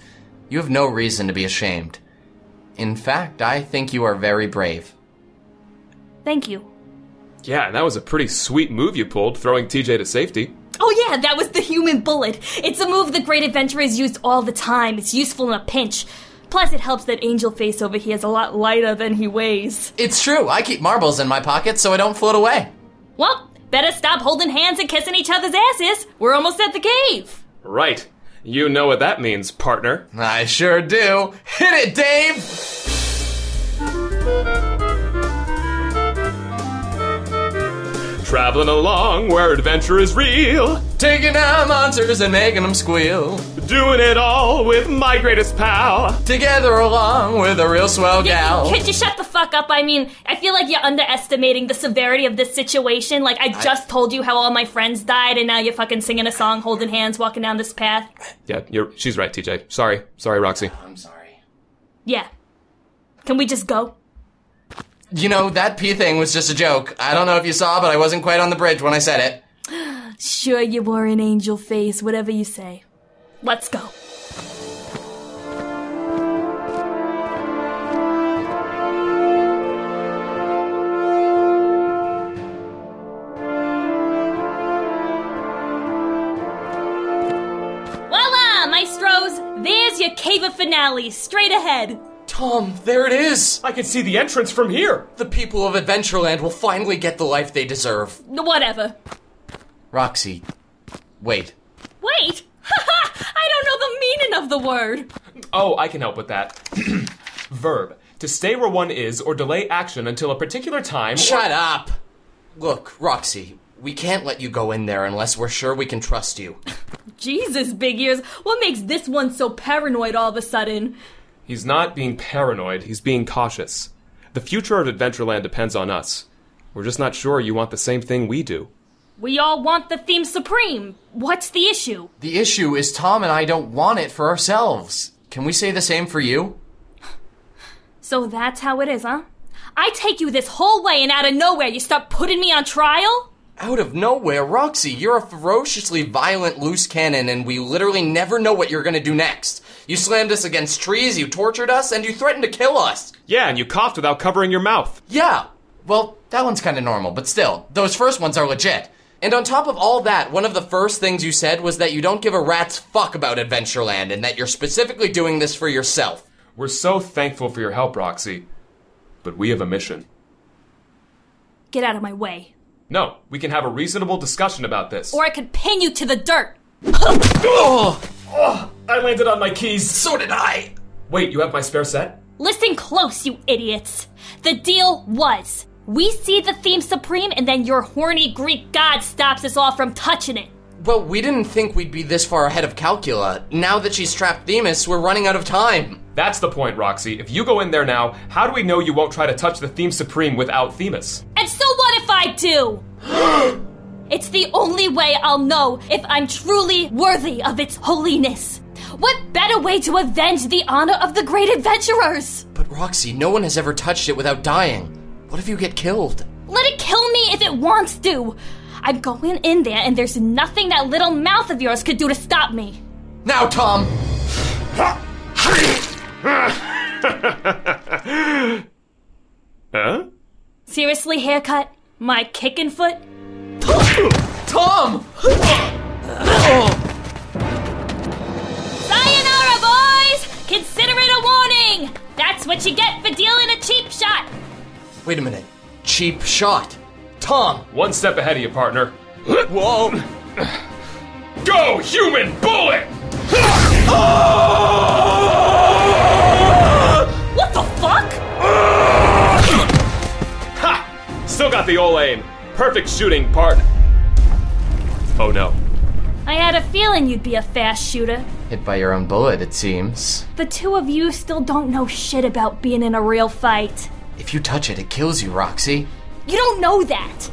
You have no reason to be ashamed. In fact, I think you are very brave. Thank you. Yeah, and that was a pretty sweet move you pulled, throwing TJ to safety. Oh, yeah, that was the human bullet. It's a move the great adventurers used all the time. It's useful in a pinch. Plus, it helps that angel face over here is a lot lighter than he weighs. It's true. I keep marbles in my pocket so I don't float away. Well, better stop holding hands and kissing each other's asses. We're almost at the cave. Right. You know what that means, partner. I sure do. Hit it, Dave! Traveling along where adventure is real. Taking out monsters and making them squeal. Doing it all with my greatest pal. Together along with a real swell gal. Could you shut the fuck up? I mean, I feel like you're underestimating the severity of this situation. Like, I just told you how all my friends died, and now you're fucking singing a song, holding hands, walking down this path. Yeah, you're, she's right, TJ. Sorry. Sorry, Roxy. I'm sorry. Yeah. Can we just go? You know, that pee thing was just a joke. I don't know if you saw, but I wasn't quite on the bridge when I said it. Sure, you were an angel face, whatever you say. Let's go. Voila, maestros! There's your cava finale, straight ahead. Tom, there it is! I can see the entrance from here. The people of Adventureland will finally get the life they deserve. Whatever. Roxy, wait. Wait! I don't know the meaning of the word. Oh, I can help with that. Verb. To stay where one is or delay action until a particular time. Shut up! Look, Roxy, we can't let you go in there unless we're sure we can trust you. Jesus, big ears. What makes this one so paranoid all of a sudden? He's not being paranoid, he's being cautious. The future of Adventureland depends on us. We're just not sure you want the same thing we do. We all want the theme supreme. What's the issue? The issue is Tom and I don't want it for ourselves. Can we say the same for you? So that's how it is, huh? I take you this whole way and out of nowhere you start putting me on trial? Out of nowhere, Roxy, you're a ferociously violent loose cannon, and we literally never know what you're gonna do next. You slammed us against trees, you tortured us, and you threatened to kill us. Yeah, and you coughed without covering your mouth. Yeah, well, that one's kinda normal, but still, those first ones are legit. And on top of all that, one of the first things you said was that you don't give a rat's fuck about Adventureland, and that you're specifically doing this for yourself. We're so thankful for your help, Roxy. But we have a mission. Get out of my way. No, we can have a reasonable discussion about this. Or I could pin you to the dirt. Oh, oh, I landed on my keys. So did I. Wait, you have my spare set? Listen close, you idiots. The deal was we see the theme supreme, and then your horny Greek god stops us all from touching it. Well, we didn't think we'd be this far ahead of Calcula. Now that she's trapped Themis, we're running out of time. That's the point, Roxy. If you go in there now, how do we know you won't try to touch the Theme Supreme without Themis? And so what if I do? it's the only way I'll know if I'm truly worthy of its holiness. What better way to avenge the honor of the great adventurers? But Roxy, no one has ever touched it without dying. What if you get killed? Let it kill me if it wants to. I'm going in there, and there's nothing that little mouth of yours could do to stop me. Now, Tom! Huh? Seriously, haircut? My kicking foot? Tom! Sayonara, boys! Consider it a warning! That's what you get for dealing a cheap shot! Wait a minute. Cheap shot. Tom! One step ahead of you, partner. Whoa! Go, human bullet! What the fuck? Ha! Still got the old aim. Perfect shooting, partner. Oh no. I had a feeling you'd be a fast shooter. Hit by your own bullet, it seems. The two of you still don't know shit about being in a real fight. If you touch it, it kills you, Roxy. You don't know that.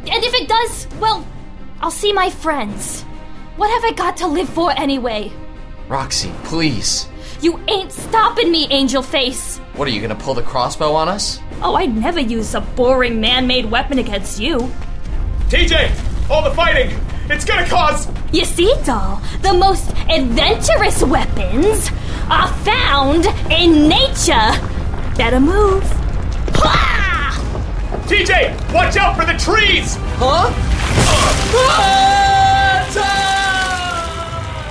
And if it does, well, I'll see my friends. What have I got to live for anyway? Roxy, please. You ain't stopping me, Angel Face! What are you gonna pull the crossbow on us? Oh, I'd never use a boring man made weapon against you. TJ! All the fighting! It's gonna cause. You see, doll, the most adventurous weapons are found in nature. Better move. TJ! Watch out for the trees! Huh?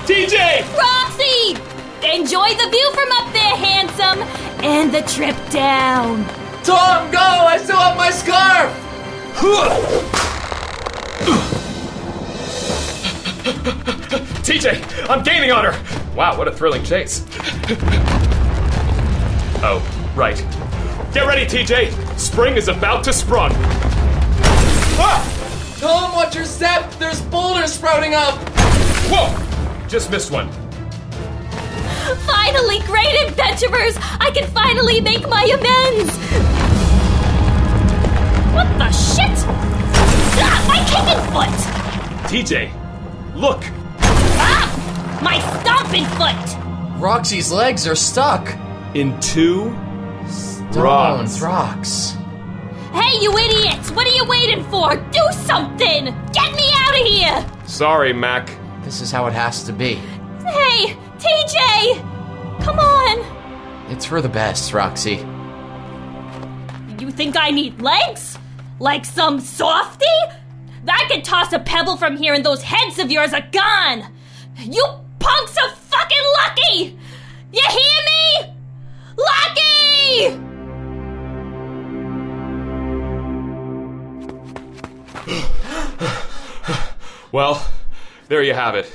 TJ! Roxy! Enjoy the view from up there, handsome, and the trip down. Tom, go! I still have my scarf! TJ! I'm gaining on her! Wow, what a thrilling chase. Oh, right. Get ready, TJ! Spring is about to sprung! Ah! Tom, watch your step! There's boulders sprouting up! Whoa! Just missed one. Finally, great adventurers! I can finally make my amends! What the shit? Ah, my kicking foot! TJ! Look! Ah! My stomping foot! Roxy's legs are stuck. In two Stones, rocks. Hey, you idiots! What are you waiting for? Do something! Get me out of here! Sorry, Mac. This is how it has to be. Hey, TJ! Come on! It's for the best, Roxy. You think I need legs? Like some softy? I could toss a pebble from here and those heads of yours are gone! You punks are fucking lucky! You hear me? Lucky! Well, there you have it.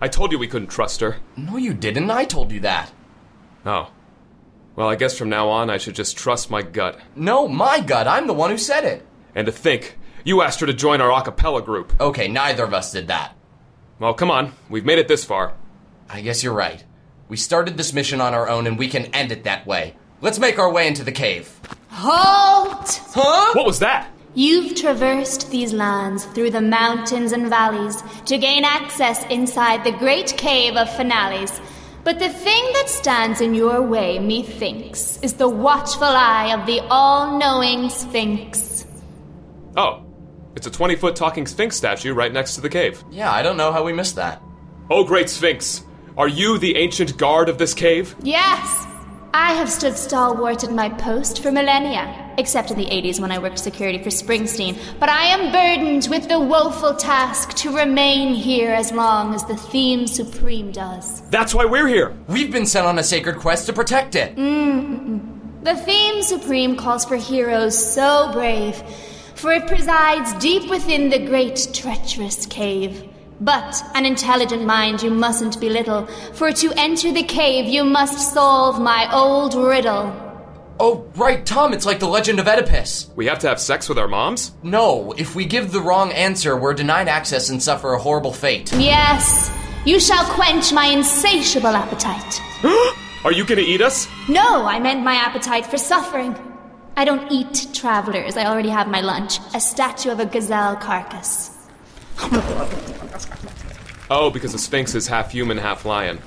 I told you we couldn't trust her. No, you didn't. I told you that. Oh. Well, I guess from now on I should just trust my gut. No, my gut. I'm the one who said it. And to think, you asked her to join our a cappella group. Okay, neither of us did that. Well, come on. We've made it this far. I guess you're right. We started this mission on our own and we can end it that way. Let's make our way into the cave. Halt! Huh? What was that? You've traversed these lands through the mountains and valleys to gain access inside the great cave of finales. But the thing that stands in your way, methinks, is the watchful eye of the all knowing Sphinx. Oh. It's a 20 foot talking sphinx statue right next to the cave. Yeah, I don't know how we missed that. Oh, great sphinx! Are you the ancient guard of this cave? Yes! I have stood stalwart at my post for millennia, except in the 80s when I worked security for Springsteen. But I am burdened with the woeful task to remain here as long as the theme supreme does. That's why we're here! We've been sent on a sacred quest to protect it. Mm-mm-mm. The theme supreme calls for heroes so brave, for it presides deep within the great treacherous cave. But an intelligent mind you mustn't belittle, for to enter the cave you must solve my old riddle. Oh, right, Tom, it's like the legend of Oedipus. We have to have sex with our moms? No, if we give the wrong answer, we're denied access and suffer a horrible fate. Yes, you shall quench my insatiable appetite. Are you gonna eat us? No, I meant my appetite for suffering. I don't eat travelers, I already have my lunch a statue of a gazelle carcass. Oh, because the sphinx is half human, half lion.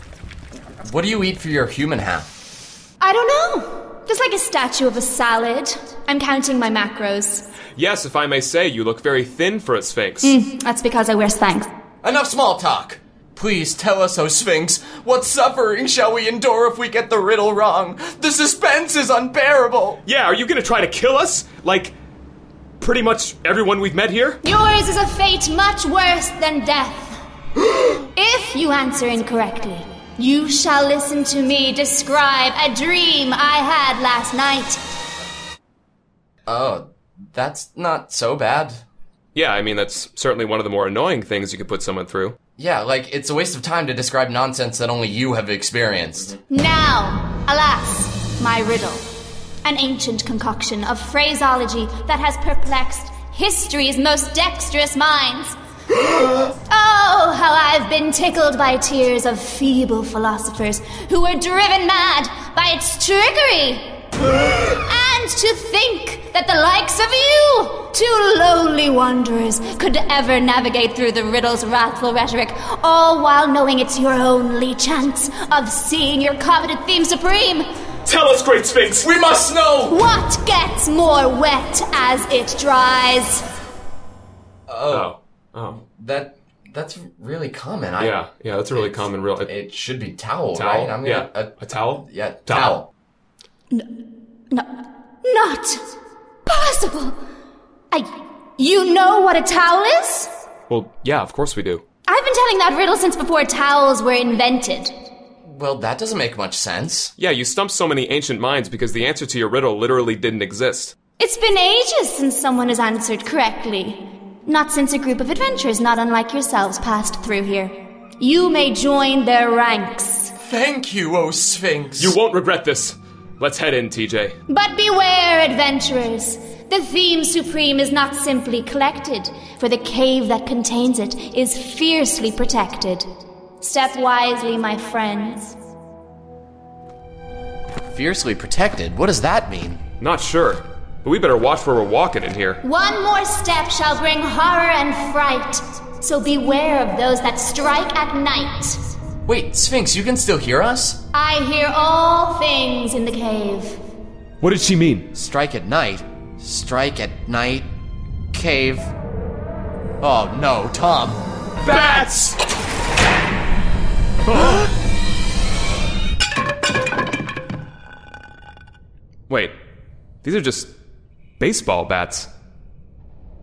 What do you eat for your human half? I don't know. Just like a statue of a salad. I'm counting my macros. Yes, if I may say, you look very thin for a sphinx. Mm, that's because I wear spanks. Enough small talk! Please tell us, O Sphinx, what suffering shall we endure if we get the riddle wrong? The suspense is unbearable! Yeah, are you gonna try to kill us? Like, pretty much everyone we've met here? Yours is a fate much worse than death. if you answer incorrectly, you shall listen to me describe a dream I had last night. Oh, that's not so bad. Yeah, I mean, that's certainly one of the more annoying things you could put someone through. Yeah, like, it's a waste of time to describe nonsense that only you have experienced. Now, alas, my riddle. An ancient concoction of phraseology that has perplexed history's most dexterous minds. Oh, how I've been tickled by tears of feeble philosophers who were driven mad by its trickery. and to think that the likes of you, two lowly wanderers, could ever navigate through the riddle's wrathful rhetoric, all while knowing it's your only chance of seeing your coveted theme supreme. Tell us, Great Sphinx! We must know! What gets more wet as it dries? Oh. Oh. That that's really common. I, yeah, yeah, that's a really common real. It, should be towel, Towel? right? I'm gonna, Yeah. a, towel? Yeah, towel. Not possible! I. You know what a towel is? Well, yeah, of course we do. I've been telling that riddle since before towels were invented. Well, that doesn't make much sense. Yeah, you stumped so many ancient minds because the answer to your riddle literally didn't exist. It's been ages since someone has answered correctly. Not since a group of adventurers not unlike yourselves passed through here. You may join their ranks. Thank you, O Sphinx. You won't regret this. Let's head in, TJ. But beware, adventurers! The theme supreme is not simply collected, for the cave that contains it is fiercely protected. Step wisely, my friends. Fiercely protected? What does that mean? Not sure, but we better watch where we're walking in here. One more step shall bring horror and fright, so beware of those that strike at night. Wait, Sphinx, you can still hear us? I hear all things in the cave. What did she mean? Strike at night. Strike at night. Cave. Oh no, Tom. Bats! Wait, these are just baseball bats.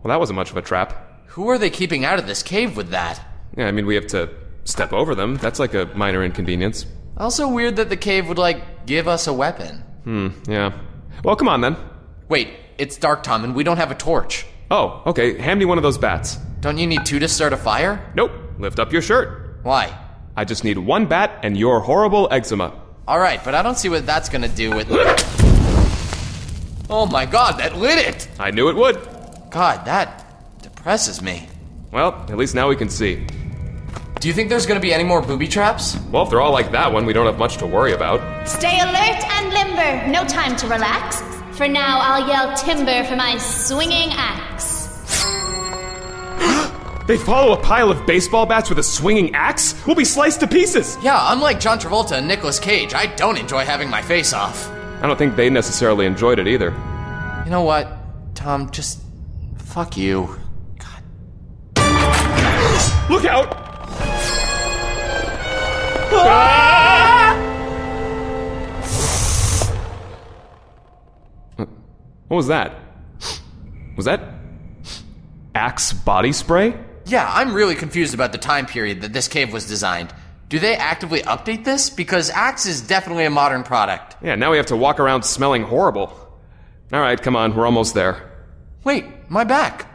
Well, that wasn't much of a trap. Who are they keeping out of this cave with that? Yeah, I mean, we have to step over them. That's like a minor inconvenience. Also weird that the cave would like give us a weapon. Hmm, yeah. Well, come on then. Wait, it's dark, Tom, and we don't have a torch. Oh, okay, hand me one of those bats. Don't you need two to start a fire? Nope, lift up your shirt. Why? I just need one bat and your horrible eczema. All right, but I don't see what that's gonna do with. oh my God, that lit it! I knew it would. God, that depresses me. Well, at least now we can see. Do you think there's gonna be any more booby traps? Well, if they're all like that one, we don't have much to worry about. Stay alert and limber. No time to relax. For now, I'll yell timber for my swinging axe. They follow a pile of baseball bats with a swinging axe? We'll be sliced to pieces! Yeah, I'm like John Travolta and Nicolas Cage. I don't enjoy having my face off. I don't think they necessarily enjoyed it either. You know what, Tom? Just fuck you. Look out! Ah! What was that? Was that axe body spray? Yeah, I'm really confused about the time period that this cave was designed. Do they actively update this? Because Axe is definitely a modern product. Yeah, now we have to walk around smelling horrible. All right, come on, we're almost there. Wait, my back.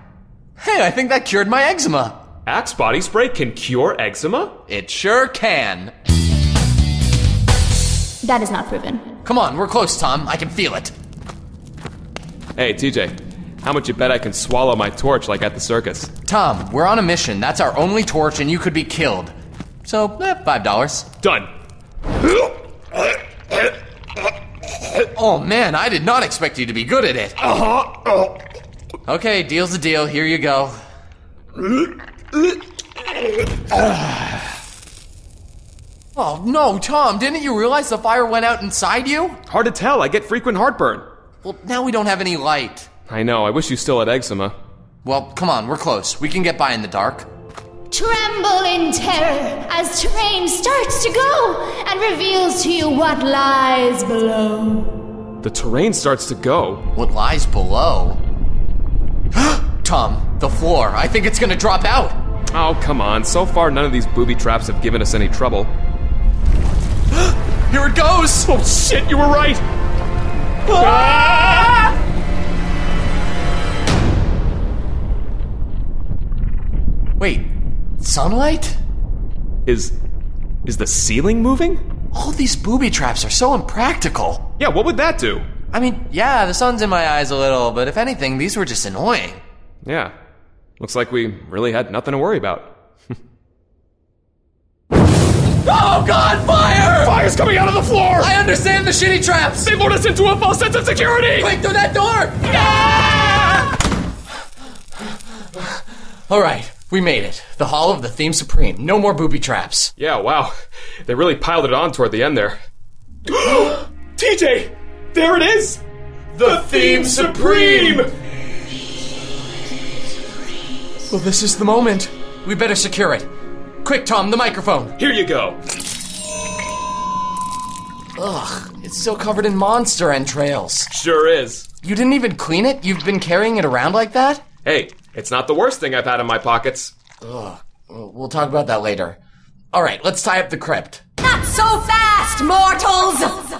Hey, I think that cured my eczema. Axe body spray can cure eczema? It sure can. That is not proven. Come on, we're close, Tom. I can feel it. Hey, TJ, how much you bet I can swallow my torch like at the circus? Tom, we're on a mission. That's our only torch, and you could be killed. So, eh, five dollars. Done. Oh man, I did not expect you to be good at it. Uh-huh. Okay, deal's a deal. Here you go. Oh no, Tom, didn't you realize the fire went out inside you? Hard to tell, I get frequent heartburn. Well, now we don't have any light. I know, I wish you still had eczema. Well, come on, we're close. We can get by in the dark. Tremble in terror as terrain starts to go and reveals to you what lies below. The terrain starts to go. What lies below? Tom, the floor. I think it's gonna drop out. Oh, come on. So far, none of these booby traps have given us any trouble. Here it goes! Oh shit, you were right! Ah! Wait, sunlight? Is. is the ceiling moving? All these booby traps are so impractical. Yeah, what would that do? I mean, yeah, the sun's in my eyes a little, but if anything, these were just annoying. Yeah. Looks like we really had nothing to worry about. Oh god, fire! Fire's coming out of the floor! I understand the shitty traps! They lured us into a false sense of security! Quick, through that door! Alright, we made it. The Hall of the Theme Supreme. No more booby traps. Yeah, wow. They really piled it on toward the end there. TJ! There it is! The Theme Supreme! Well, this is the moment. We better secure it. Quick, Tom, the microphone. Here you go. Ugh, it's still covered in monster entrails. Sure is. You didn't even clean it? You've been carrying it around like that? Hey, it's not the worst thing I've had in my pockets. Ugh, we'll talk about that later. Alright, let's tie up the crypt. Not so fast, mortals!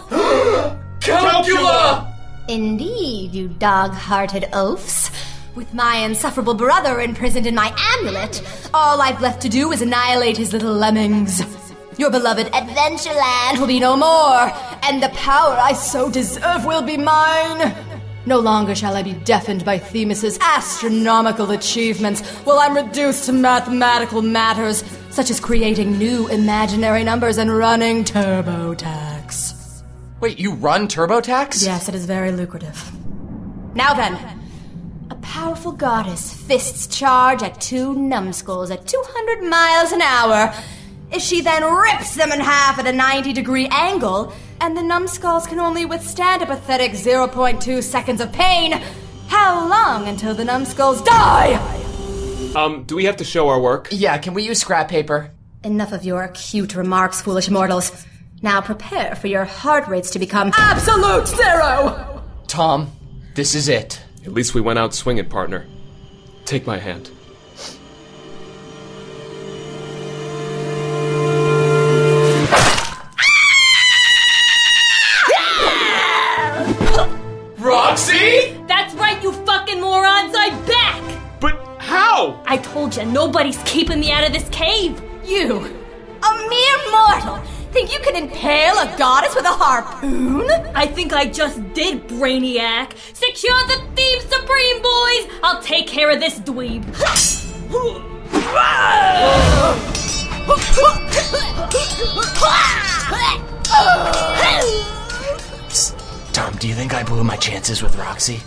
Calcula! Indeed, you dog hearted oafs. With my insufferable brother imprisoned in my amulet, all I've left to do is annihilate his little lemmings. Your beloved Adventureland will be no more, and the power I so deserve will be mine. No longer shall I be deafened by Themis's astronomical achievements while I'm reduced to mathematical matters, such as creating new imaginary numbers and running TurboTax. Wait, you run TurboTax? Yes, it is very lucrative. Now then, a powerful goddess fists charge at two numbskulls at 200 miles an hour. If she then rips them in half at a 90 degree angle, and the numbskulls can only withstand a pathetic 0.2 seconds of pain, how long until the numbskulls die? Um, do we have to show our work? Yeah, can we use scrap paper? Enough of your cute remarks, foolish mortals. Now prepare for your heart rates to become absolute zero! Tom, this is it. At least we went out swinging, partner. Take my hand. Roxy? That's right, you fucking morons, I'm back! But how? I told you, nobody's keeping me out of this cave! You, a mere mortal, think you can impale a goddess with a harpoon? I think I just did, Brainiac. Secure the Theme Supreme, boys! I'll take care of this dweeb. Tom, do you think I blew my chances with Roxy?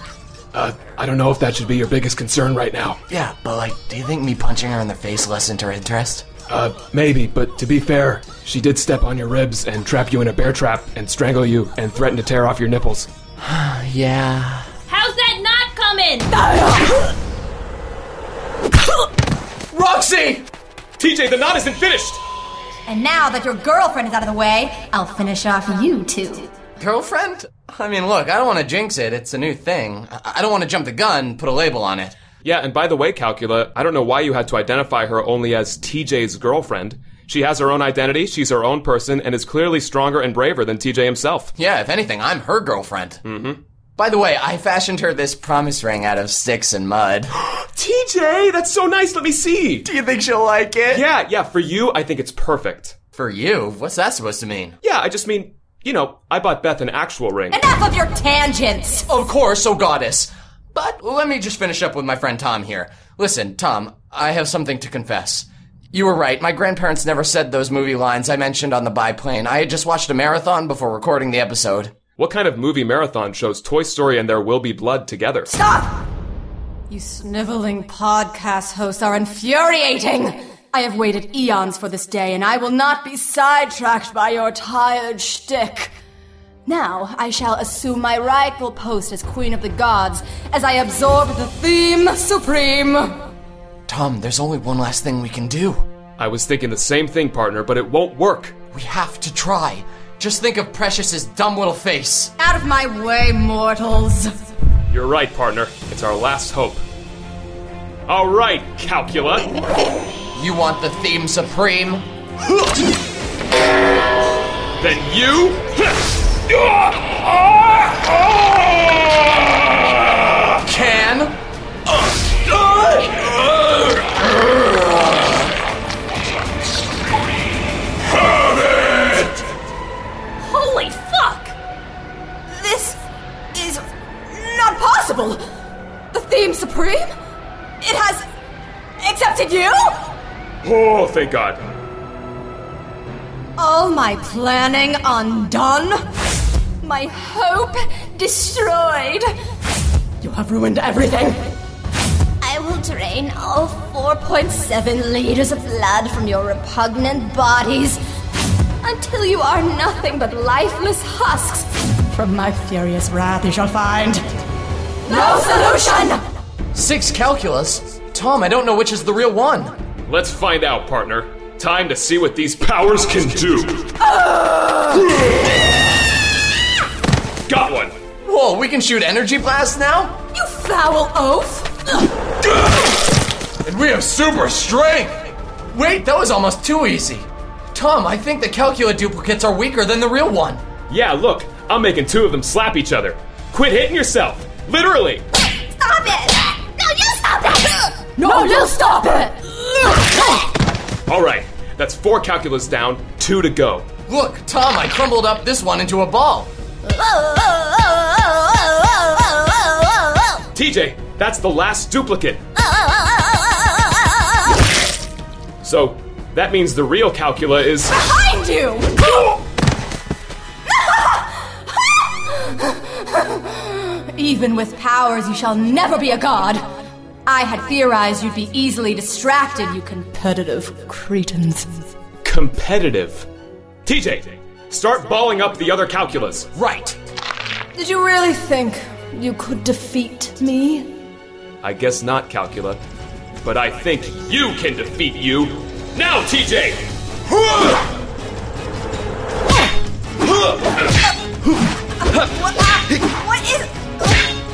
Uh, I don't know if that should be your biggest concern right now. Yeah, but like, do you think me punching her in the face lessened her interest? Uh, maybe, but to be fair, she did step on your ribs and trap you in a bear trap and strangle you and threaten to tear off your nipples. Yeah. How's that not coming? Roxy! TJ, the knot isn't finished! And now that your girlfriend is out of the way, I'll finish off you two. Girlfriend? I mean, look, I don't want to jinx it. It's a new thing. I, I don't want to jump the gun, put a label on it. Yeah, and by the way, Calcula, I don't know why you had to identify her only as TJ's girlfriend. She has her own identity, she's her own person, and is clearly stronger and braver than TJ himself. Yeah, if anything, I'm her girlfriend. Mm-hmm. By the way, I fashioned her this promise ring out of sticks and mud. TJ, that's so nice. Let me see. Do you think she'll like it? Yeah, yeah, for you, I think it's perfect. For you? What's that supposed to mean? Yeah, I just mean, you know, I bought Beth an actual ring. Enough of your tangents! Of course, oh goddess. But let me just finish up with my friend Tom here. Listen, Tom, I have something to confess. You were right. My grandparents never said those movie lines I mentioned on the biplane. I had just watched a marathon before recording the episode. What kind of movie marathon shows Toy Story and There Will Be Blood together? Stop! You sniveling podcast hosts are infuriating! I have waited eons for this day, and I will not be sidetracked by your tired shtick. Now I shall assume my rightful post as Queen of the Gods as I absorb the theme supreme. Tom, there's only one last thing we can do. I was thinking the same thing, partner, but it won't work. We have to try. Just think of Precious's dumb little face. Out of my way, mortals. You're right, partner. It's our last hope. All right, Calcula. You want the theme supreme? then you. Can? Holy fuck! This is not possible! The theme supreme? It has accepted you? Oh, thank God. All my planning undone? My hope destroyed? You have ruined everything! I will drain all 4.7 liters of blood from your repugnant bodies until you are nothing but lifeless husks. From my furious wrath, you shall find no solution! Six calculus? Tom, I don't know which is the real one. Let's find out, partner. Time to see what these powers can do. Got one. Whoa, we can shoot energy blasts now? You foul oaf! And we have super strength! Wait, that was almost too easy. Tom, I think the Calcula duplicates are weaker than the real one. Yeah, look, I'm making two of them slap each other. Quit hitting yourself. Literally. Stop it! No, you stop it! No, you stop it! All right, that's four calculas down, two to go. Look, Tom, I crumbled up this one into a ball. TJ, that's the last duplicate. So, that means the real calcula is. Behind you! Even with powers, you shall never be a god. I had theorized you'd be easily distracted, you competitive cretins. Competitive. TJ, start balling up the other calculas. Right. Did you really think you could defeat me? I guess not, Calcula. But I think you can defeat you. Now, TJ! What, what is.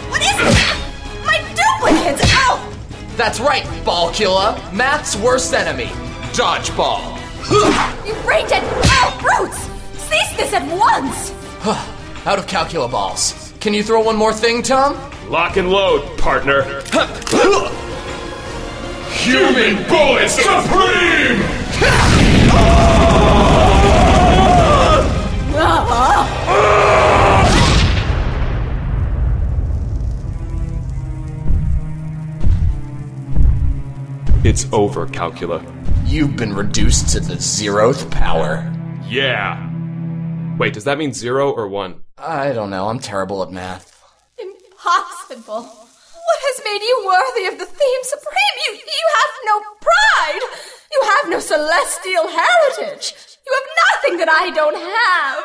What is. My duplicates! Ow! That's right, ball killer. Math's worst enemy. Dodgeball. You brain dead! Ow! Brutes! Cease this at once! Out of calcula balls. Can you throw one more thing, Tom? Lock and load, partner. Human Bullet Supreme! Uh-huh. It's over, Calcula. You've been reduced to the zeroth power. Yeah. Wait, does that mean zero or one? I don't know. I'm terrible at math. Impossible! What has made you worthy of the theme supreme? You, you have no pride! You have no celestial Oh, heritage! You have nothing that I don't have!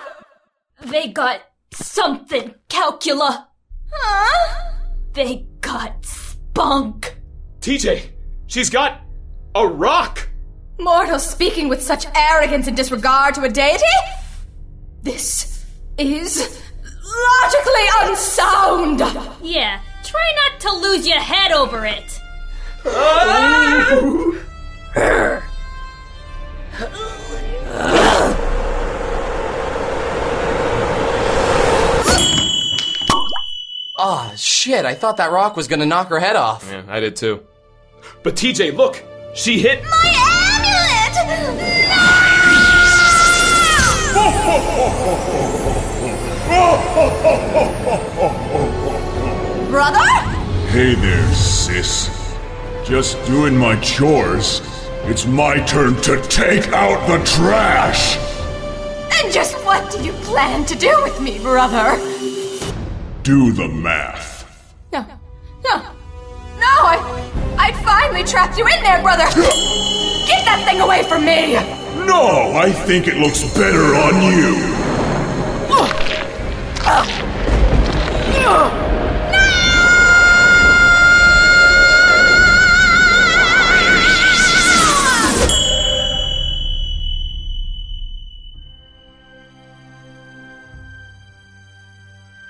They got something, Calcula. Huh? They got spunk. TJ, she's got a rock! Mortal speaking with such arrogance and disregard to a deity? This is logically unsound! Yeah, try not to lose your head over it. Ah, shit, I thought that rock was gonna knock her head off. Yeah, I did too. But TJ, look! She hit. Brother? Hey there, sis. Just doing my chores. It's my turn to take out the trash! And just what do you plan to do with me, brother? Do the math. No, no, no, I, I finally trapped you in there, brother! Get that thing away from me! No, I think it looks better on you.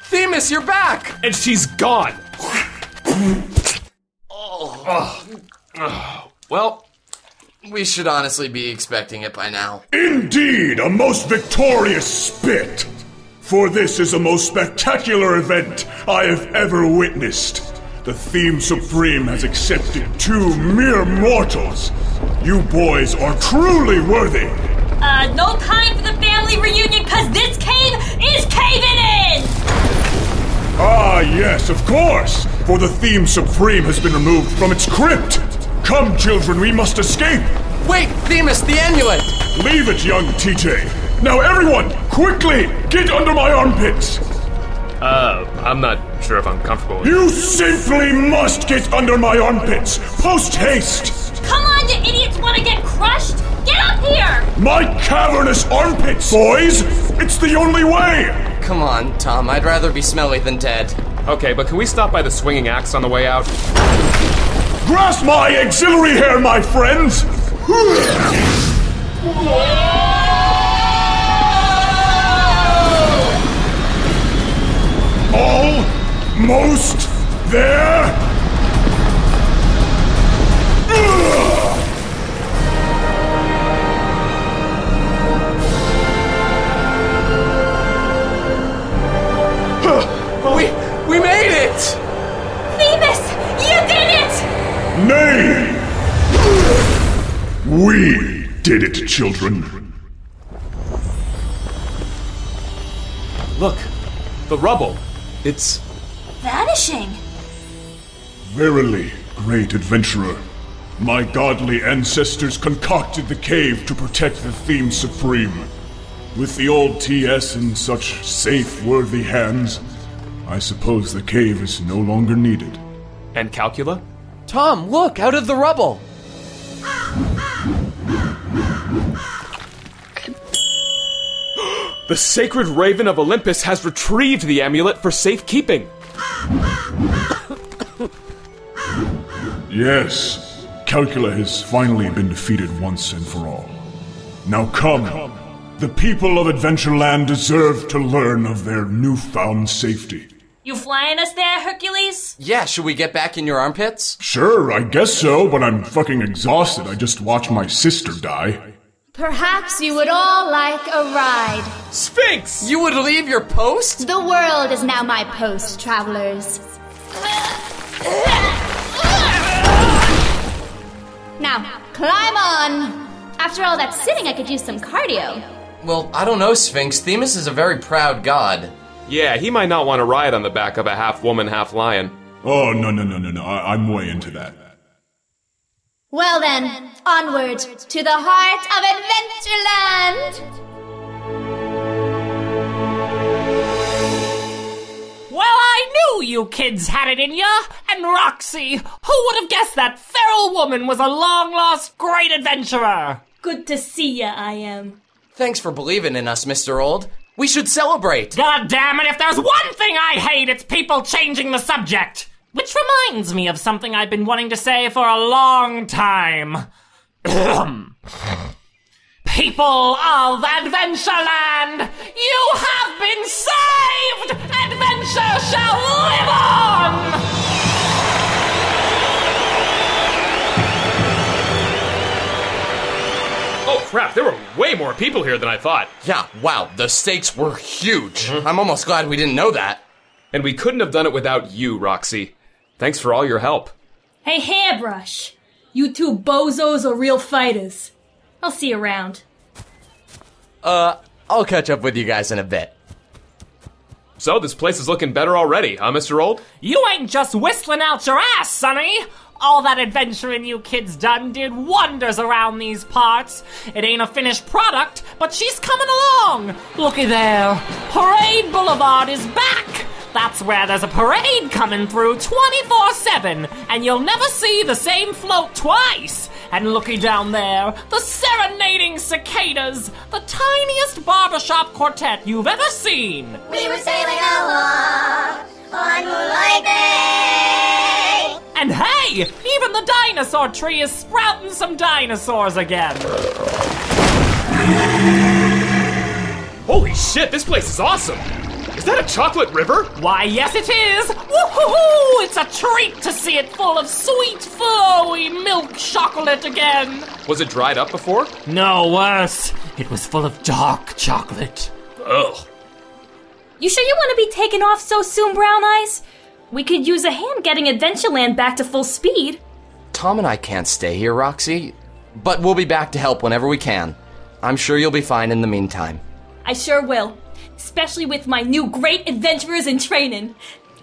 Themis, you're back! And she's gone! Oh. Well, Oh. we should honestly be expecting it by now. Indeed, a most victorious spit! For this is a most spectacular event I have ever witnessed. The Theme Supreme has accepted two mere mortals. You boys are truly worthy. Uh, no time for the family reunion because this cave is caving in! Ah, yes, of course! For the Theme Supreme has been removed from its crypt! Come, children, we must escape! Wait, Themis, the amulet! Leave it, young TJ! Now, everyone, quickly, get under my armpits! Uh, I'm not sure if I'm comfortable with You simply must get under my armpits! Post haste! Come on, you idiots want to get crushed? Get up here! My cavernous armpits! Boys, it's the only way! Come on, Tom, I'd rather be smelly than dead. Okay, but can we stop by the swinging axe on the way out? Grasp my auxiliary hair, my friends! All most there? We we made it! Phoebus, you did it! Nay! We did it, children. Look, the rubble. It's. Vanishing. Verily, great adventurer. My godly ancestors concocted the cave to protect the theme supreme. With the old TS in such safe, worthy hands, I suppose the cave is no longer needed. And Calcula? Tom, look, out of the rubble! The sacred raven of Olympus has retrieved the amulet for safekeeping. Yes, Calcula has finally been defeated once and for all. Now come! The people of Adventureland deserve to learn of their newfound safety. You flying us there, Hercules? Yeah, should we get back in your armpits? Sure, I guess so, but I'm fucking exhausted. I just watched my sister die. Perhaps you would all like a ride. Sphinx! You would leave your post? The world is now my post, travelers. Now, climb on! After all that sitting, I could use some cardio. Well, I don't know, Sphinx. Themis is a very proud god. Yeah, he might not want to ride on the back of a half woman, half lion. Oh, no, no, no, no, no. I- I'm way into that. Well then, onward to the heart of Adventureland! Well, I knew you kids had it in ya! And Roxy! Who would have guessed that feral woman was a long lost great adventurer? Good to see ya, I am. Thanks for believing in us, Mr. Old. We should celebrate! God damn it, if there's one thing I hate, it's people changing the subject! Which reminds me of something I've been wanting to say for a long time. People of Adventureland, you have been saved! Adventure shall live on! Oh crap, there were way more people here than I thought. Mm-hmm. Yeah, wow, the stakes were huge. I'm almost glad we didn't know that. And we couldn't have done it without you, Roxy. Thanks for all your help. Hey, Hairbrush! You two bozos are real fighters. I'll see you around. Uh, I'll catch up with you guys in a bit. So, this place is looking better already, huh, Mr. Old? You ain't just whistling out your ass, Sonny! All that adventuring you kids done did wonders around these parts. It ain't a finished product, but she's coming along! Looky there! Parade Boulevard is back! That's where there's a parade coming through 24 7, and you'll never see the same float twice! And looky down there, the serenading cicadas, the tiniest barbershop quartet you've ever seen! We were sailing along on Moonlight Bay. And hey, even the dinosaur tree is sprouting some dinosaurs again. Holy shit, this place is awesome! Is that a chocolate river? Why, yes, it is! Woohoo! It's a treat to see it full of sweet, flowy milk chocolate again. Was it dried up before? No, worse. It was full of dark chocolate. Ugh. You sure you want to be taken off so soon, Brown Eyes? We could use a hand getting Adventureland back to full speed. Tom and I can't stay here, Roxy, but we'll be back to help whenever we can. I'm sure you'll be fine in the meantime. I sure will. Especially with my new great adventurers in training.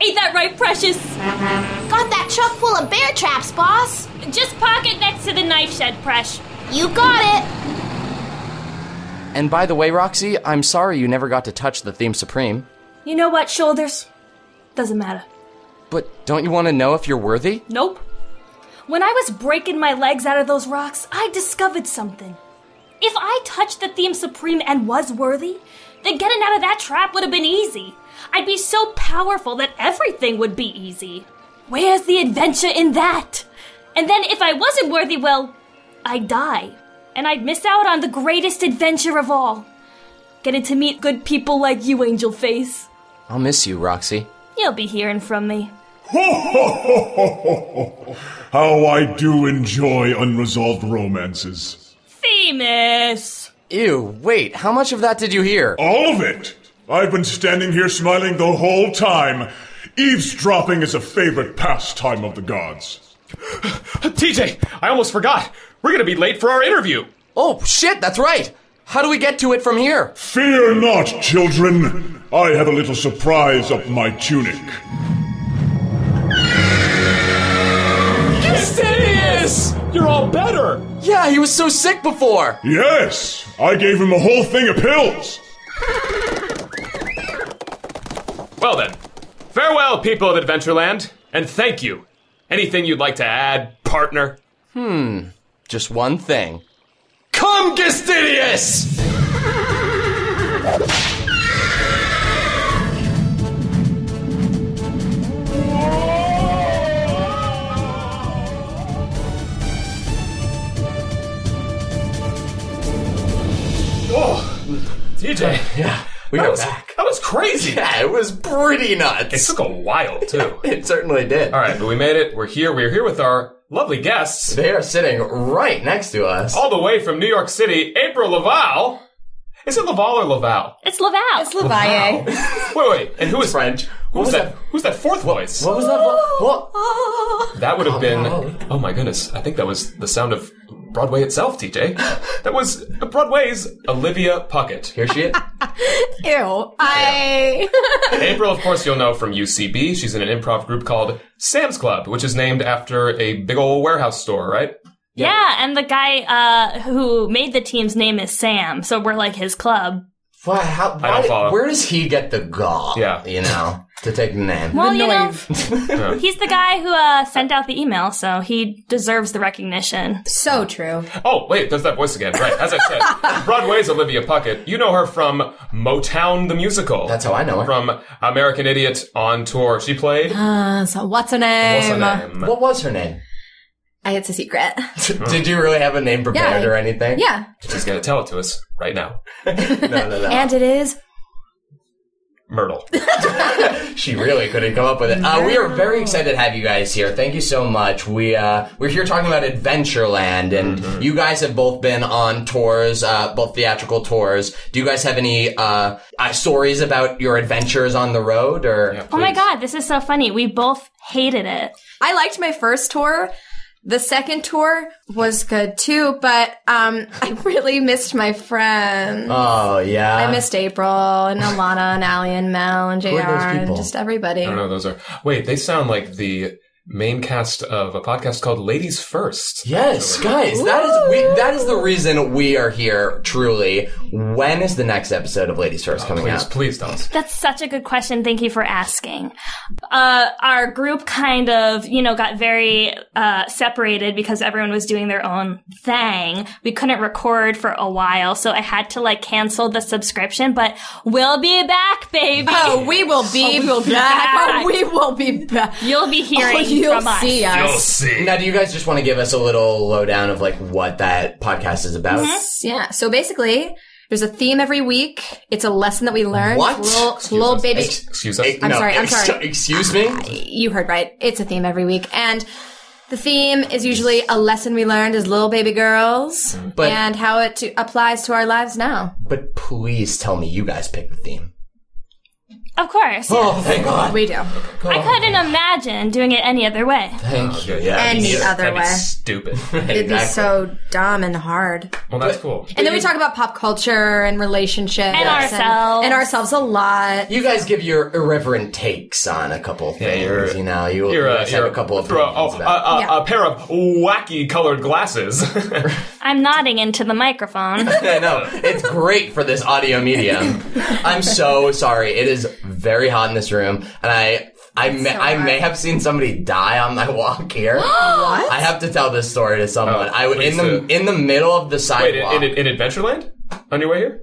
Ain't that right, Precious? Got that truck full of bear traps, boss. Just park it next to the knife shed, Presh. You got it. And by the way, Roxy, I'm sorry you never got to touch the theme supreme. You know what, Shoulders? Doesn't matter. But don't you want to know if you're worthy? Nope. When I was breaking my legs out of those rocks, I discovered something. If I touched the theme supreme and was worthy, then getting out of that trap would have been easy. I'd be so powerful that everything would be easy. Where's the adventure in that? And then if I wasn't worthy, well, I'd die. And I'd miss out on the greatest adventure of all. Getting to meet good people like you, Angel Face. I'll miss you, Roxy. You'll be hearing from me. How I do enjoy unresolved romances. Famous! Ew, wait, how much of that did you hear? All of it! I've been standing here smiling the whole time. Eavesdropping is a favorite pastime of the gods. TJ, I almost forgot. We're gonna be late for our interview. Oh, shit, that's right. How do we get to it from here? Fear not, children. I have a little surprise up my tunic. Cassidius! You're all better! Yeah, he was so sick before! Yes, I gave him a whole thing of pills. Well then, farewell, people of Adventureland, and thank you. Anything you'd like to add, partner? Hmm, just one thing. Come, Gastidius! Oh, TJ, yeah. We that are was, back. That was crazy. Yeah, it was pretty nuts. It took a while, too. It certainly did. All right, but we made it. We're here. We're here with our lovely guests. They are sitting right next to us. All the way from New York City, April Laval. Is it Laval or Laval? It's Laval. It's Levier. Wait, wait. And who is French. Who was that? Who's that fourth voice? What was that? vo- What? That would have been. Oh my goodness! I think that was the sound of Broadway itself, TJ. That was Broadway's Olivia Puckett. Here she is. Ew. I. April, of course, you'll know from UCB. She's in an improv group called Sam's Club, which is named after a big old warehouse store, right? Yeah. and the guy uh, who made the team's name is Sam, so we're like his club. Why, how, why, follow. Where does he get the gall? Yeah. You know, to take the name. Well, you know, Oh. he's the guy who uh, sent out the email, so he deserves the recognition. So true. Oh, wait, there's that voice again. Right, as I said, Broadway's Olivia Puckett. You know her from Motown the Musical. That's how I know her. From American Idiot on Tour. She played. Ah, Uh, so what's her name? What's her name? What was her name? I, it's a secret. Did you really have a name prepared Yeah. or anything? Yeah. She's gonna tell it to us right now. no, no, uh, no. And it is Myrtle. she really couldn't come up with it. Uh, we are very excited to have you guys here. Thank you so much. We uh, we're here talking about Adventureland, and Mm-hmm. you guys have both been on tours, uh, both theatrical tours. Do you guys have any uh, uh, stories about your adventures on the road? Or Oh my god, this is so funny. We both hated it. I liked my first tour. The second tour was good too, but um, I really missed my friends. Oh yeah, I missed April and Alana and Allie and Mel and JR Who are those and people? just everybody. I don't know. Those are wait. They sound like the main cast of a podcast called Ladies First. Yes, guys, that is we, that is the reason we are here. Truly, when is the next episode of Ladies First coming Oh, please, out? Please tell us. That's such a good question. Thank you for asking. Uh, our group kind of, you know, got very uh, separated because everyone was doing their own thing. We couldn't record for a while, so I had to like cancel the subscription. But we'll be back, baby. Oh, we will be back. Oh, we will be back. You'll be hearing Oh, you'll from us. see us. You'll see. Now, do you guys just want to give us a little lowdown of like what that podcast is about? Yeah. So basically, there's a theme every week. It's a lesson that we learn. What? Little, little baby. Excuse us. I'm sorry, I'm sorry. Excuse me. Oh, you heard right. It's a theme every week, and the theme is usually a lesson we learned as little baby girls, But- and how it to, applies to our lives now. But please tell me you guys picked the theme. Of course. Oh, yes. thank God. We do. I couldn't imagine doing it any other way. Thank you. Yeah. Any other that'd be way. stupid. It'd be so dumb and hard. Well, that's cool. And then we talk about pop culture and relationships And ourselves. and ourselves a lot. You guys give your irreverent takes on a couple of things. you know, you, you You're a, guys you're have a couple of throw, oh, opinions a, about. a, a pair of wacky colored glasses. I'm nodding into the microphone. I know it's great for this audio medium. I'm so sorry. It is very hot in this room, and I. I may, I may have seen somebody die on my walk here. What? I have to tell this story to someone. Oh, I w- in please the do. in the middle of the Wait, sidewalk. in, in, in Adventureland? On your way here?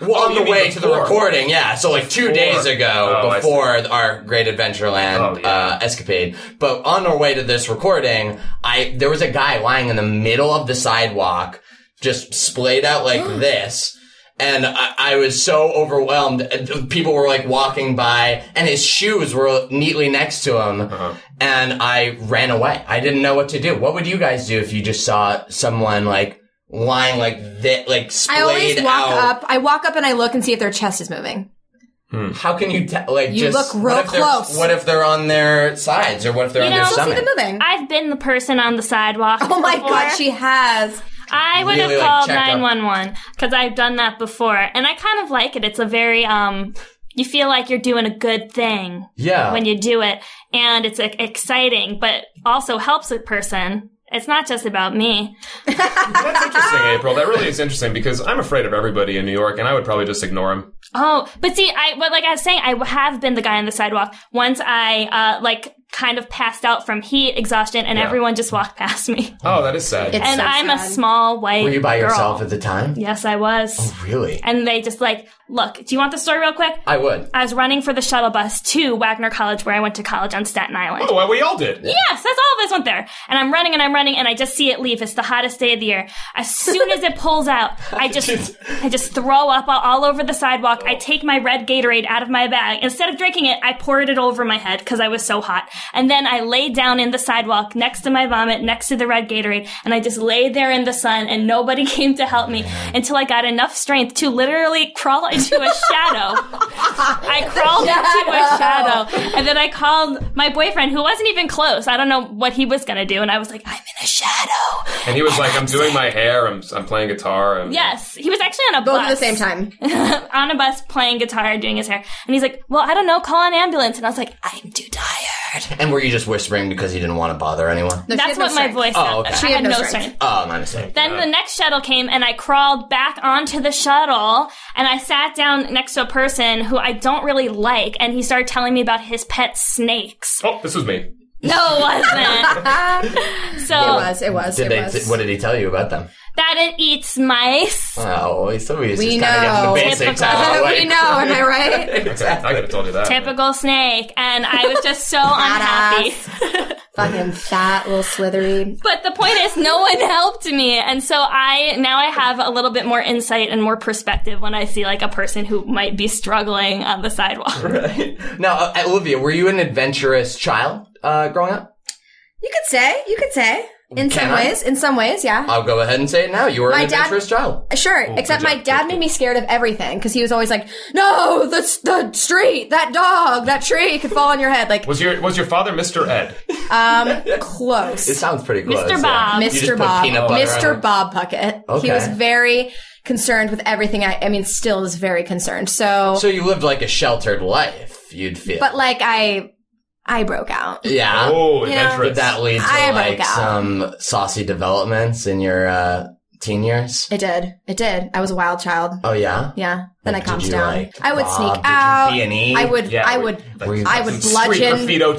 Well, Oh, on you the mean way to the before. recording, yeah. So like two Before. days ago, Oh, I see. Oh, before our Great Adventureland uh, escapade. But on our way to this recording, I there was a guy lying in the middle of the sidewalk, just splayed out like this. And I, I was so overwhelmed. And People were like walking by, and his shoes were neatly next to him. Uh-huh. And I ran away. I didn't know what to do. What would you guys do if you just saw someone like lying like that, like splayed I always walk out? up. I walk up and I look and see if their chest is moving. Hmm. How can you tell? Like, You look just, real what if they're- close. What if they're on their sides or what if they're You on their know, stomach? I've been the person on the sidewalk. Oh my God, she has. I would Really, have like, called checked up. nine one one because I've done that before, and I kind of like it. It's a very um, you feel like you're doing a good thing, Yeah. when you do it, and it's like, exciting, but also helps a person. It's not just about me. Interesting, Ah! April. That really is interesting because I'm afraid of everybody in New York and I would probably just ignore him. Oh, but see, I but like I was saying, I have been the guy on the sidewalk. Once I uh, like kind of passed out from heat exhaustion, and Yeah. everyone just walked past me. Oh, that is sad. and I'm a small white. Were you by girl. yourself at the time? Yes, I was. Really? And they just like, look, do you want the story real quick? I would. I was running for the shuttle bus to Wagner College where I went to college on Staten Island. Oh, well, we all did. Yes, that's all of us went there. And I'm running and I'm running and I just see it leave. It's the hottest day of the year. As soon as it pulls out, I just I just throw up all, all over the sidewalk. I take my red Gatorade out of my bag. Instead of drinking it, I poured it over my head because I was so hot. And then I lay down in the sidewalk next to my vomit, next to the red Gatorade, and I just laid there in the sun and nobody came to help me until I got enough strength to literally crawl into a shadow. I crawled into my shadow. shadow, and then I called my boyfriend, who wasn't even close. I don't know what he was gonna do, and I was like, "I'm in a shadow." And he was like, I'm doing my hair, I'm, I'm playing guitar. I'm, Yes, he was actually on a Both bus at the same time, on a bus playing guitar, doing his hair, and he's like, "Well, I don't know, call an ambulance." And I was like, "I'm too tired." And were you just whispering because you didn't want to bother anyone? No, she That's had no what strength. my voice. Oh, okay. I had, no strength. Oh, my mistake. Then the next shuttle came and I crawled back onto the shuttle and I sat down next to a person who I don't really like and he started telling me about his pet snakes. Oh, this was me. No, it wasn't. so It was. It was. Did it they, was. what did he tell you about them? that it eats mice. Oh, it's so easy. We Just kinda getting know. the basics Typical. out of the way. We know, am I right? exactly. I could have told you that. Typical snake, and I was just so unhappy. Fucking fat little slithery. But the point is, no one helped me, and so I now I have a little bit more insight and more perspective when I see like a person who might be struggling on the sidewalk. Now, uh, Olivia, were you an adventurous child uh, growing up? You could say, you could say. In Can some I? ways, in some ways, yeah. I'll go ahead and say it now. You were My an dad- adventurous child. Sure, Oh, except good my dad made me scared of everything because he was always like, "No, the the street, that dog, that tree could fall on your head." Like, Was your was your father Mr. Ed? um, close. It sounds pretty close, Mr. yeah. Bob. You just Mr. put Bob. peanut butter on Mr. it. Bob Puckett. He Okay. was very concerned with everything. I, I mean, still is very concerned. So, So you lived like a sheltered life, you'd feel. Oh. but like, I, I broke out. yeah. Oh, You know, adventurous. Did that lead to I broke like out. some saucy developments in your uh, teen years? It did. It did. I was a wild child. Oh, yeah? Yeah. Then Like, I did calmed you, down. like, I would rob? sneak Did you out. B&E? I would. Yeah, I were would. Were you I like would some street bludgeon. Graffito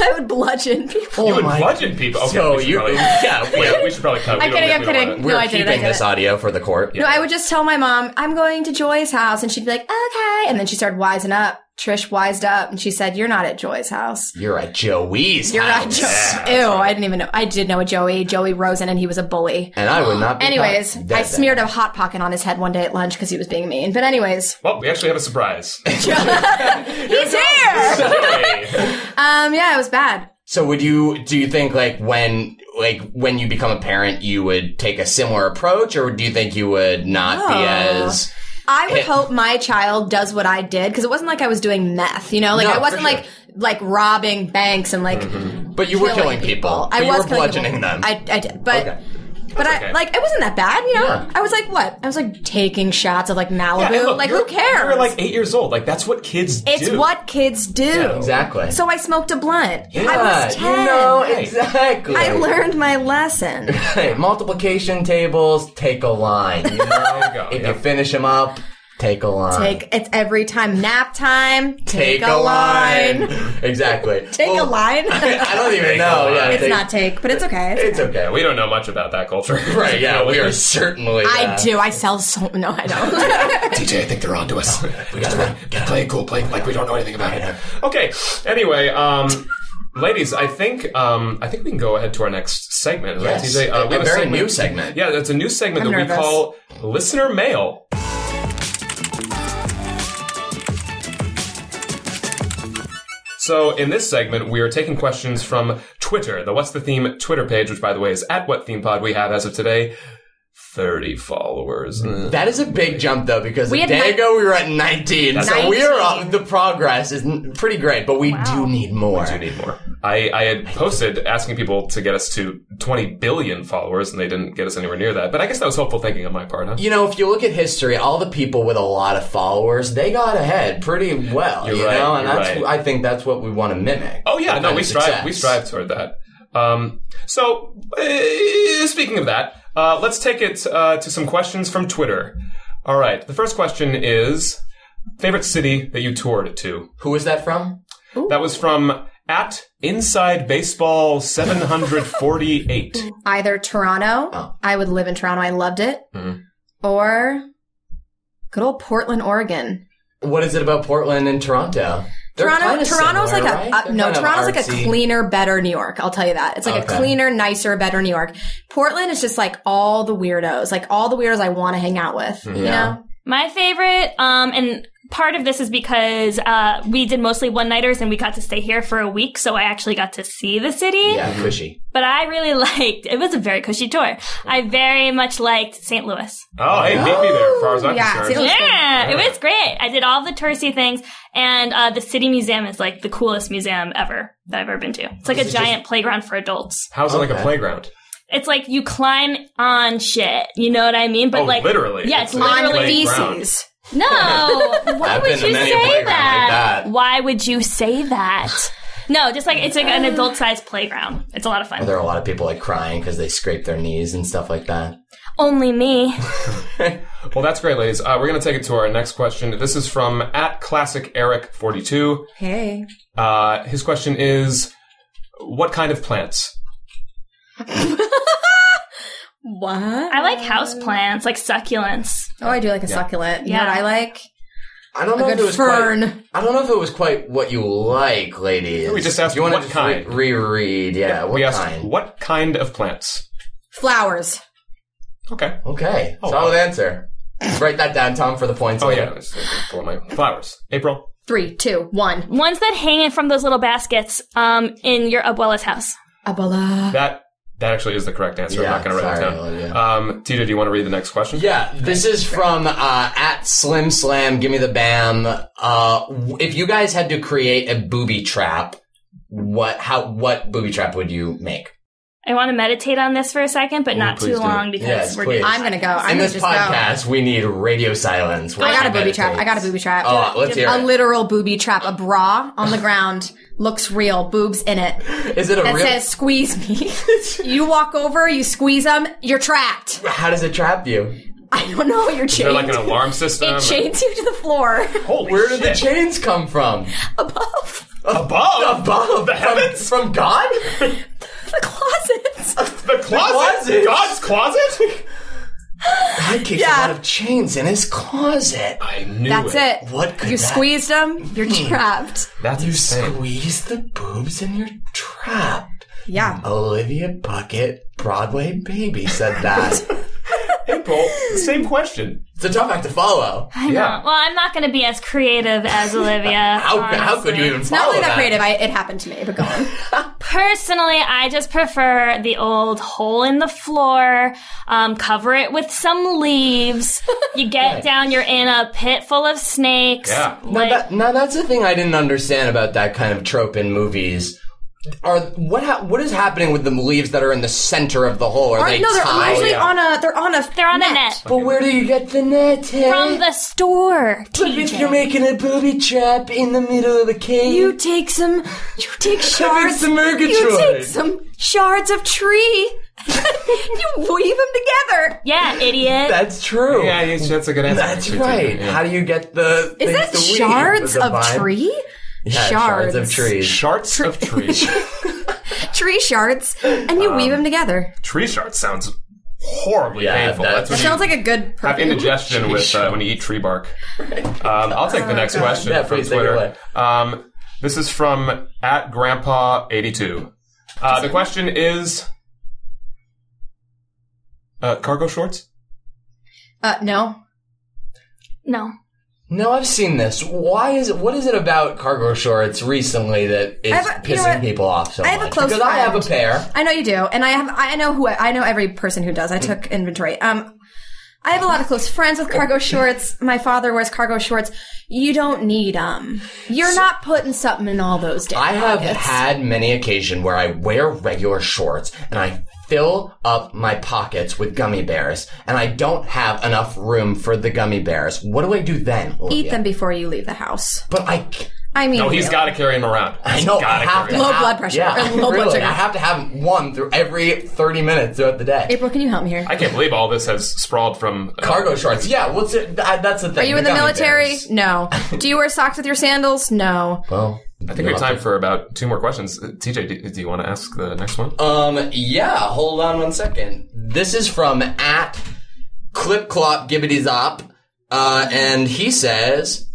I would bludgeon people. Oh you would bludgeon people. Okay, So we should you- probably, yeah, we- wait, we should probably cut. I'm we don't- kidding, we I'm don't kidding. wanna- No, We're I did it, keeping I did this it. audio for the court. No, I would just tell my mom, I'm going to Joy's house. And she'd be like, okay. And then she started wising up. Trish wised up and she said, You're not at Joy's house. You're at Joey's You're house. at Joy's. Ew, I didn't even know. I did know a Joey. Joey Rosen, and he was a bully. And I would not be Anyways, caught I dead smeared a Hot Pocket on his head one day at lunch because he was being mean. But, anyways, Well, we actually have a surprise. he's here. um, yeah, it was bad. So would you do you think like when like when you become a parent you would take a similar approach or do you think you would not be Oh. as I would It- hope my child does what I did because it wasn't like I was doing meth, you know? Like, No, I wasn't for sure. Mm-hmm. like like robbing banks and like but you were killing people. I But you was were killing bludgeoning people. them. I, I did, but Okay. but okay. I like it wasn't that bad, you know. Yeah. I was like, what? I was like taking shots of like Yeah, Malibu. and look, like you're- who cares? You were like eight years old. Like that's what kids do. it's what kids do. Yeah, exactly. So I smoked a blunt. I Yeah, was you ten. know, exactly. I learned my lesson. Hey, multiplication tables take a line. You know? if you finish them up, take a line. Take it's every time nap time. Take a line. exactly. Take a line. I don't even know. Yeah, it's take- not take, but it's okay. It's, okay. Yeah, we don't know much about that culture. Right, yeah, we are certainly. I do. I sell so. No, I don't. TJ, I think they're on to us. Oh, We gotta play, gotta play it cool, play it like we don't know anything about it. Okay. Anyway, um, ladies, I think um, I think we can go ahead to our next segment, right? Uh, Yes. TJ? A very segment- new segment. Yeah, that's a new segment I'm that nervous. we call listener mail. So in this segment, we are taking questions from Twitter, the What's the Theme Twitter page, which by the way is at What Theme Pod. We have as of today. 30 followers. Uh, That is a big jump though, because We a had day nine- ago we were at 19, so we are on, the progress is n- pretty great, but we do need more. We do need more. I, I had posted asking people to get us to 20 billion followers, and they didn't get us anywhere near that. But I guess that was hopeful thinking on my part, huh? You know, if you look at history, all the people with a lot of followers, they got ahead pretty well. You're you right, know, and you're that's, right. I think that's what we want to mimic. Oh yeah, That no, kind we of strive success. we strive toward that. Um, so eh, speaking of that, uh, let's take it uh, to some questions from Twitter. All right, the first question is favorite city that you toured to. Who was that from? That was from at Inside Baseball seven hundred forty eight. Either Toronto. Oh. I would live in Toronto. I loved it. Mm-hmm. Or good old Portland, Oregon. What is it about Portland and Toronto? They're Toronto, kinda Toronto's similar, like a uh, right? They're no. kind of Toronto's like artsy. a cleaner, better New York. I'll tell you that. It's like Okay. a cleaner, nicer, better New York. Portland is just like all the weirdos, like all the weirdos I want to hang out with. You Yeah. know, My favorite, um, and part of this is because uh, we did mostly one nighters and we got to stay here for a week, so I actually got to see the city. Yeah, cushy. But I really liked it was a very cushy tour. I very much liked St. Louis. Oh, hey, beat me there, as far as I'm yeah, concerned. yeah, it was great. I did all the touristy things, and uh, the city museum is like the coolest museum ever that I've ever been to. It's like Is a it giant playground for adults. How's it like a Okay. playground? It's like you climb on shit. You know what I mean? But Oh, like literally. yeah, It's it's, like literally playground. feces. No, why I've would been to you many a say playground like that? that. Why would you say that? No, just like it's like an adult-sized playground. It's a lot of fun. There are a lot of people like crying because they scrape their knees and stuff like that. Only me. Well, that's great, ladies. Uh, we're going to take it to our next question. This is from at Classic Eric forty two. hey, Uh, his question is, what kind of plants? What? I like house plants, like succulents. Oh, I do like a Yeah. succulent. Yeah. Yeah, I like. I A don't know if good it was fern. Quite, I don't know if it was quite what you like, ladies. We just asked you wanna what just kind. Re- reread, yeah. What we asked kind? what kind of plants? Flowers. Okay. Okay. Oh, Solid wow. answer. Write that down, Tom, for the points. Oh, later. yeah. For my flowers. April. Three, two, one. Ones that hang from those little baskets um, in your abuela's house. Abuela. That that actually is the correct answer. I'm not going to write that down. Um, Tita, do you want to read the next question? Yeah, this is from uh, at Slim Slam. Give me the bam. Uh, w- if you guys had to create a booby trap, what how what booby trap would you make? I want to meditate on this for a second, but Ooh, Oh, not Oh, please too do. long because Yes, we're please. doing. I'm gonna go. I'm In gonna this just podcast, we need radio silence. go. I got a booby trap. I got a booby trap. Oh, let's hear a it. literal booby trap. A bra on the ground looks real. Boobs in it. Is it a that real- says "squeeze me"? you walk over, you squeeze them, you're trapped. How does it trap you? I don't know. You're Is there chained. like an alarm system? it chains you to the floor. Holy Where did the chains come from? Above. Above. Above the heavens from, God. The closet. closet. God's closet. God keeps a lot of chains in his closet. I knew That's it. What could you that- squeezed them, you're Hmm. trapped. That's you squeeze the boobs and you're trapped. Yeah. Olivia Bucket, Broadway baby, said that. April, same question. It's a tough act to follow. I know. Well, I'm not going to be as creative as Olivia. How, how could you even It's follow not really that that? creative. I, it happened to me, but go on. Personally, I just prefer the old hole in the floor. Um, cover it with some leaves. You get down. You're in a pit full of snakes. Yeah. Now, that, now that's the thing I didn't understand about that kind of trope in movies. Are what ha- what is happening with the leaves that are in the center of the hole? Are, Or- they no, they're tied? usually on a. Uh, They're on a. They're on net. a net. But where do you get the net? eh? From the store. But if you're making a booby trap in the middle of the cave, You take some. You take shards. the Murgatroyd. You take some shards of tree. you weave them together. Yeah, idiot. That's true. Yeah, yeah, that's a good answer. That's actually, right. Tita, yeah. How do you get the? Is things that to weave? shards The of vine? tree? Yeah, shards. of trees. Shards of trees. Tree shards, and you weave them together. Tree shards sounds Um, horribly Yeah, painful. That's, that's- That when you sounds like a good. have perfume. indigestion with uh, when you eat tree bark. Um, I'll take the next God. question Yeah, from please take it away. Twitter. Um, this is from at Grandpa eighty two. Uh, the question is: uh, cargo shorts? Uh, no. No. No, I've seen this. Why is it? What is it about cargo shorts recently that is I have a- you know pissing what? people off so I have a much? close because I have a friend. pair. I know you do, and I have. I know who. I know every person who does. I took inventory. Um, I have a lot of close friends with cargo shorts. My father wears cargo shorts. You don't need them. You're not putting something in all those. Damn I have pockets. had many occasion where I wear regular shorts and I fill up my pockets with gummy bears and I don't have enough room for the gummy bears. What do I do then? Eat Olivia? them before you leave the house. Oh, But I, c- I mean, No, he's really. got to carry him around. I He's know I gotta have to carry 'em. Low have- blood pressure, Yeah, or low blood really, sugar. I have to have one through every thirty minutes throughout the day. April, can you help me here? I can't believe all this has sprawled from uh, Cargo shorts. Yeah, what's it? That, that's the thing. Are you in the gummy military? bears. No. Do you wear socks with your sandals? No. Well, I think we have time for about two more questions. Uh, TJ, do, do you want to ask the next one? Um, yeah, hold on one second. This is from at Clip Clop Gibbity Zop, uh, and he says,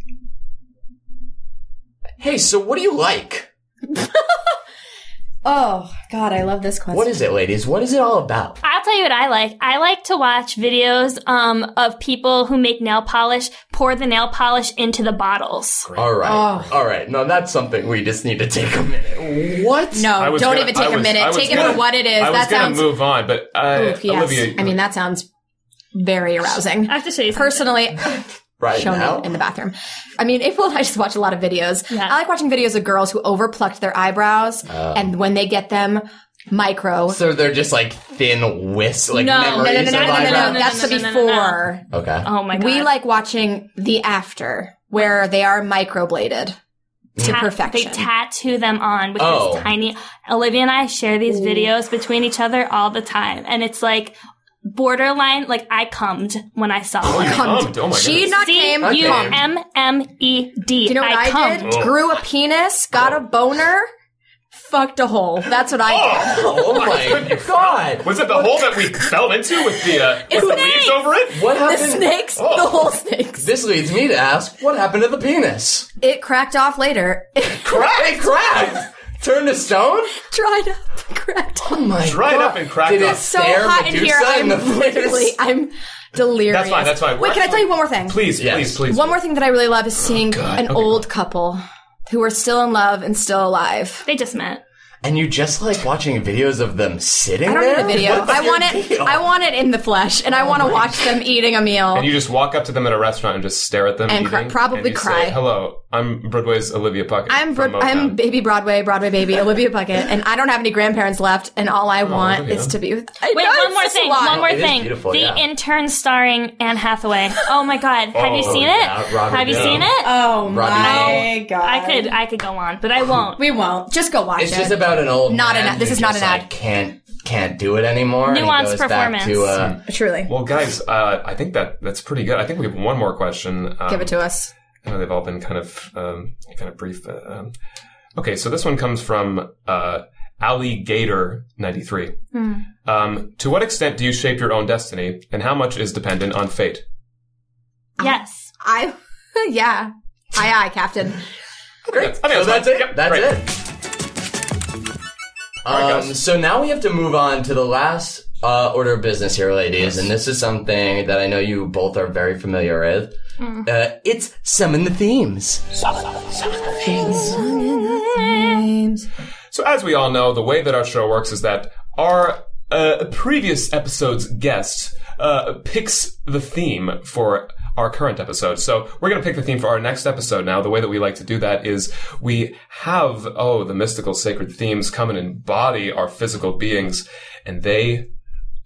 Hey, so what do you like? Oh God, I love this question. What is it, ladies? What is it all about? I'll tell you what I like. I like to watch videos um, of people who make nail polish pour the nail polish into the bottles. All right. Oh. All right. No, that's something we just need to take a minute. What? No, I don't was gonna- even take I a was- I minute. was Take it gonna- for what it is. I was that gonna sounds. move on, but uh, Oof, yes. Olivia, I mean, that sounds very arousing. I have to show you. Personally, Right shown now? it in the bathroom. I mean, April and I just watch a lot of videos. I like watching videos of girls who overplucked their eyebrows, and when they get them, micro. Oh. So they're just like thin wisps, like no, no, no, memories no, no, of no, Um, no, no, eyebrows? no, That's the no, no, no, no, no. before. Okay. Oh my god. We like watching the after, where they are microbladed to Ta- perfection. They tattoo them on with Oh. this tiny. Olivia and I share these videos between each other all the time, and it's like borderline. Like I cummed when I saw one. Cummed. Oh my she goodness. not came. C U cum. M M E D. Do you know what I, cummed. did? Grew a penis, got a boner, fucked a hole. That's what I did. Oh my god! Was it the hole that we fell into with the, uh, with It's the snakes! leaves over it? The snakes, the whole snakes. Oh. This leads me to ask, what happened to the penis? It cracked off later. Crack, crack! Turned to stone? Dried up, cracked. Oh my Dried up and cracked Did up. it It's so stare hot in here. Medusa I'm in the face? literally, I'm delirious. That's fine, that's fine. Wait, can I tell you one more thing? Please, please, please. One more thing that I really love is seeing an old couple who are still in love and still alive. They just met. And you just like watching videos of them sitting I don't there? need a video. What's I your want it. deal? I want it in the flesh, and I want to watch them eating a meal. And you just walk up to them at a restaurant and just stare at them And eating, cry- probably and you cry. Say, Hello, I'm Broadway's Olivia Puckett. I'm Bro- from Motown." I'm baby Broadway, Broadway baby, Olivia Puckett, and I don't have any grandparents left, and all I want Olivia. is to be with. Wait, know, one it's more just a thing. lot. One more It is thing. beautiful, The yeah. intern starring Anne Hathaway. Oh my god. Have you Oh, seen yeah, it? Robert Have you Downey. seen it? Oh Robbie my Downey. God. I could I could go on, but I won't. We won't. Just go watch It's just about an old Not man an ad. This who is not just, an ad. like, can't can't do it anymore. and he Nuanced goes back To, uh, Truly. Hmm. Well, guys, uh, I think that that's pretty good. I think we have one more question. Um, Give it to us. I know they've all been kind of um, kind of brief. But, um, okay, so this one comes from uh, Alligator ninety three. Hmm. Um, to what extent do you shape your own destiny, and how much is dependent on fate? Yes. I. Yeah. Aye, aye, Captain. Great. I so that's it. that's it. right, Um, so now we have to move on to the last uh, order of business here, ladies, and this is something that I know you both are very familiar with. Mm-hmm. Mm. Uh, it's summon the themes. So, as we all know, the way that our show works is that our uh, previous episode's guest uh, picks the theme for our current episode. So, we're going to pick the theme for our next episode now. The way that we like to do that is we have, oh, the mystical sacred themes come and embody our physical beings, and they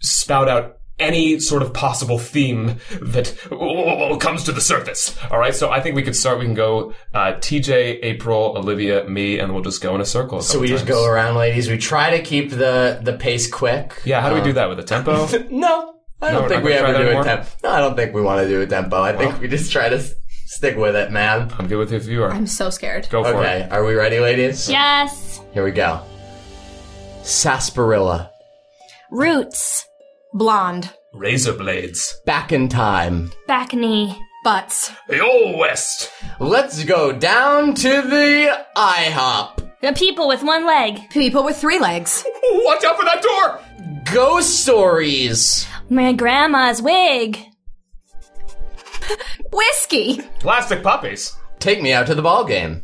spout out any sort of possible theme that oh, comes to the surface. All right, so I think we could start. We can go uh, TJ, April, Olivia, me, and we'll just go in a circle. a So couple we just times. go around, ladies. We try to keep the the pace quick. Yeah, how do we Um, do that with a tempo? no, I don't No, think we're we not gonna try ever that do a anymore? tempo. No, I don't think we want to do a tempo. I think we just try to s- stick with it, man. I'm good with you if you are. I'm so scared. Go for okay, are we ready, ladies? Yes. Here we go. Sarsaparilla. Roots. Blonde. Razor blades. Back in time. Back knee. Butts. The old west. Let's go down to the IHOP. The people with one leg. People with three legs. Watch out for that door! Ghost stories. My grandma's wig. Whiskey. Plastic puppies. Take me out to the ball game.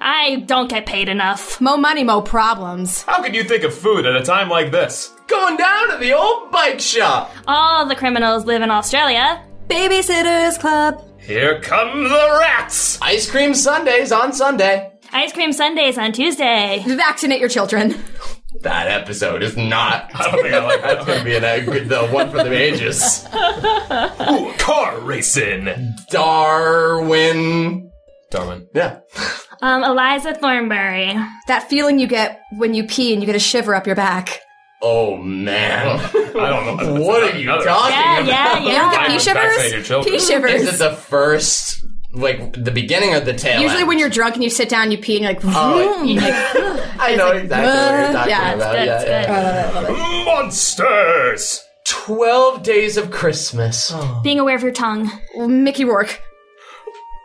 I don't get paid enough. Mo money, mo problems. How can you think of food at a time like this? Going down to the old bike shop. All the criminals live in Australia. Babysitters Club. Here come the rats. Ice cream Sundays on Sunday. Ice cream Sundays on Tuesday. Vaccinate your children. That episode is not. I don't think I like That's gonna be an, a good- the one for the ages. Ooh, car racing. Darwin. Darwin. Yeah. Um, Eliza Thornberry. That feeling you get when you pee and you get a shiver up your back. Oh man. I don't know. What are you Another- talking Yeah, about? yeah, yeah. You don't get pea shivers? Pea shivers. Is it the first, like the beginning of the tail? Usually, end? when you're drunk and you sit down, you pee and you're like, Oh, vroom. I know exactly what you're talking yeah, it's about. good, yeah, it's yeah. good. Monsters. Twelve days of Christmas. Being aware of your tongue. Mickey Rourke.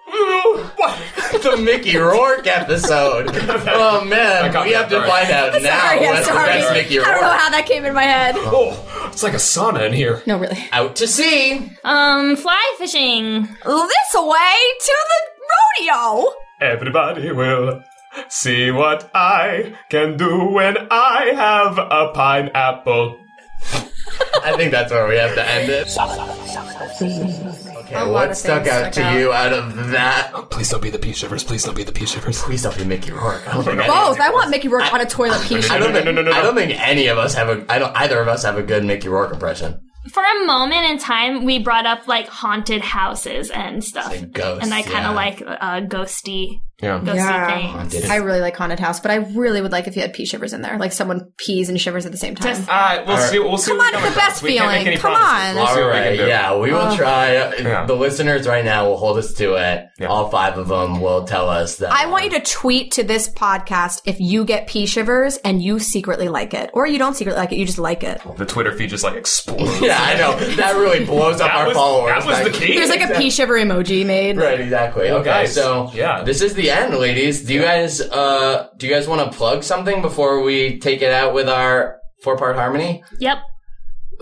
the Mickey Rourke episode. Oh I man, got we that. have to All right. find out I'm now sorry, I'm what's the sorry. best Mickey I don't know Rourke. how that came in my head. Oh, it's like a sauna in here. No, really. Out to sea. Um, fly fishing. This way to the rodeo. Everybody will see what I can do when I have a pineapple. I think that's where we have to end it. Okay, what stuck out to you out of that? Please don't be the pea shivers. Please don't be the pea shivers. Please don't be Mickey Rourke. I don't think any- Both. I want Mickey Rourke on a toilet pee. I shiver. don't think, I don't think any of us have a. I don't. Either of us have a good Mickey Rourke impression. For a moment in time, we brought up like haunted houses and stuff, Like ghosts, and I kind yeah. of like uh, ghosty Yeah. I did it. I really like haunted house, but I really would like if you had pee shivers in there, like someone pees and shivers at the same time. All right, we'll see. We'll see. Come what on, it's comes the best up. We can't make feeling. any Come promises. on. Let's see All what we can right, do. yeah, we will Uh, try. Uh The listeners right now will hold us to it. All five of them will tell us that. I want you to tweet to this podcast if you get pee shivers and you secretly like it, or you don't secretly like it, you just like it. The Twitter feed just like explodes. yeah, I know that really blows up That our was- followers. that was the Thank you. There's like a pee shiver emoji made. Right, exactly. Oh, Well, Okay, guys, so yeah, this is the end, ladies. Do you guys uh do you guys want to plug something before we take it out with our four part harmony? Yep.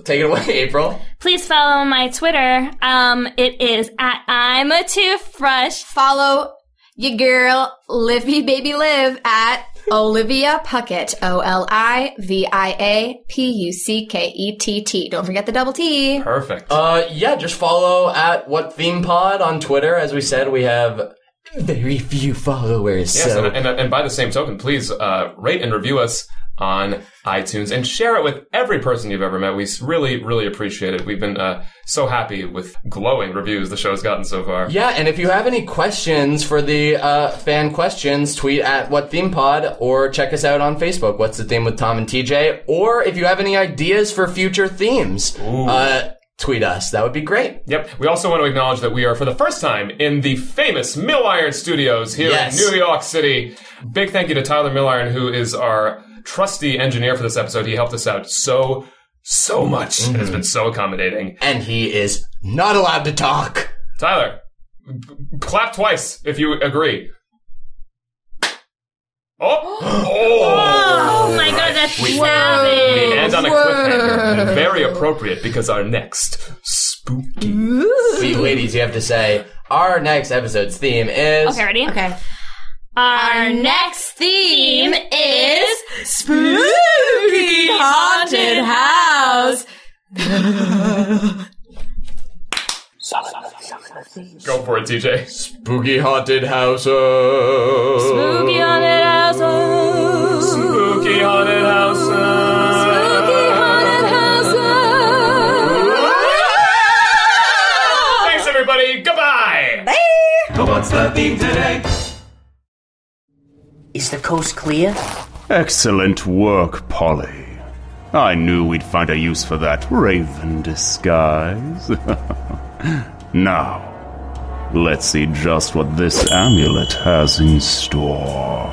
Take it away, April. Please follow my Twitter. Um, it is at I'm a toothbrush. Follow your girl, Livy Baby Live at Olivia Puckett. O L I V I A P U C K E T T. Don't forget the double T. Perfect. Uh, yeah, just follow at what theme pod on Twitter. As we said, we have very few followers. Yes, so and, and, and by the same token, please uh, rate and review us on iTunes and share it with every person you've ever met. We s- really, really appreciate it. We've been uh, so happy with glowing reviews the show's gotten so far. Yeah, and if you have any questions for the uh, fan questions, tweet at what theme pod or check us out on Facebook. What's the theme with Tom and TJ? Or if you have any ideas for future themes, uh, tweet us. That would be great. Yep. We also want to acknowledge that we are, for the first time, in the famous Milliron Studios here Yes. in New York City. Big thank you to Tyler Milliron, who is our trusty engineer for this episode. He helped us out so, so much and has been so accommodating. Mhm. And he is not allowed to talk. Tyler, b- clap twice if you agree. Oh! oh! Oh my god, that's We, savage. we end on a cliffhanger. and Very appropriate because our next spooky. Sweet ladies, you have to say our next episode's theme is. Okay, ready? Okay. Our next theme is spooky haunted house. Go for it, TJ. Spooky haunted house. Spooky haunted house. Spooky haunted house. Spooky haunted house. Thanks, everybody. Goodbye. But what's the theme today? Is the coast clear? Excellent work, Polly. I knew we'd find a use for that raven disguise. now, let's see just what this amulet has in store.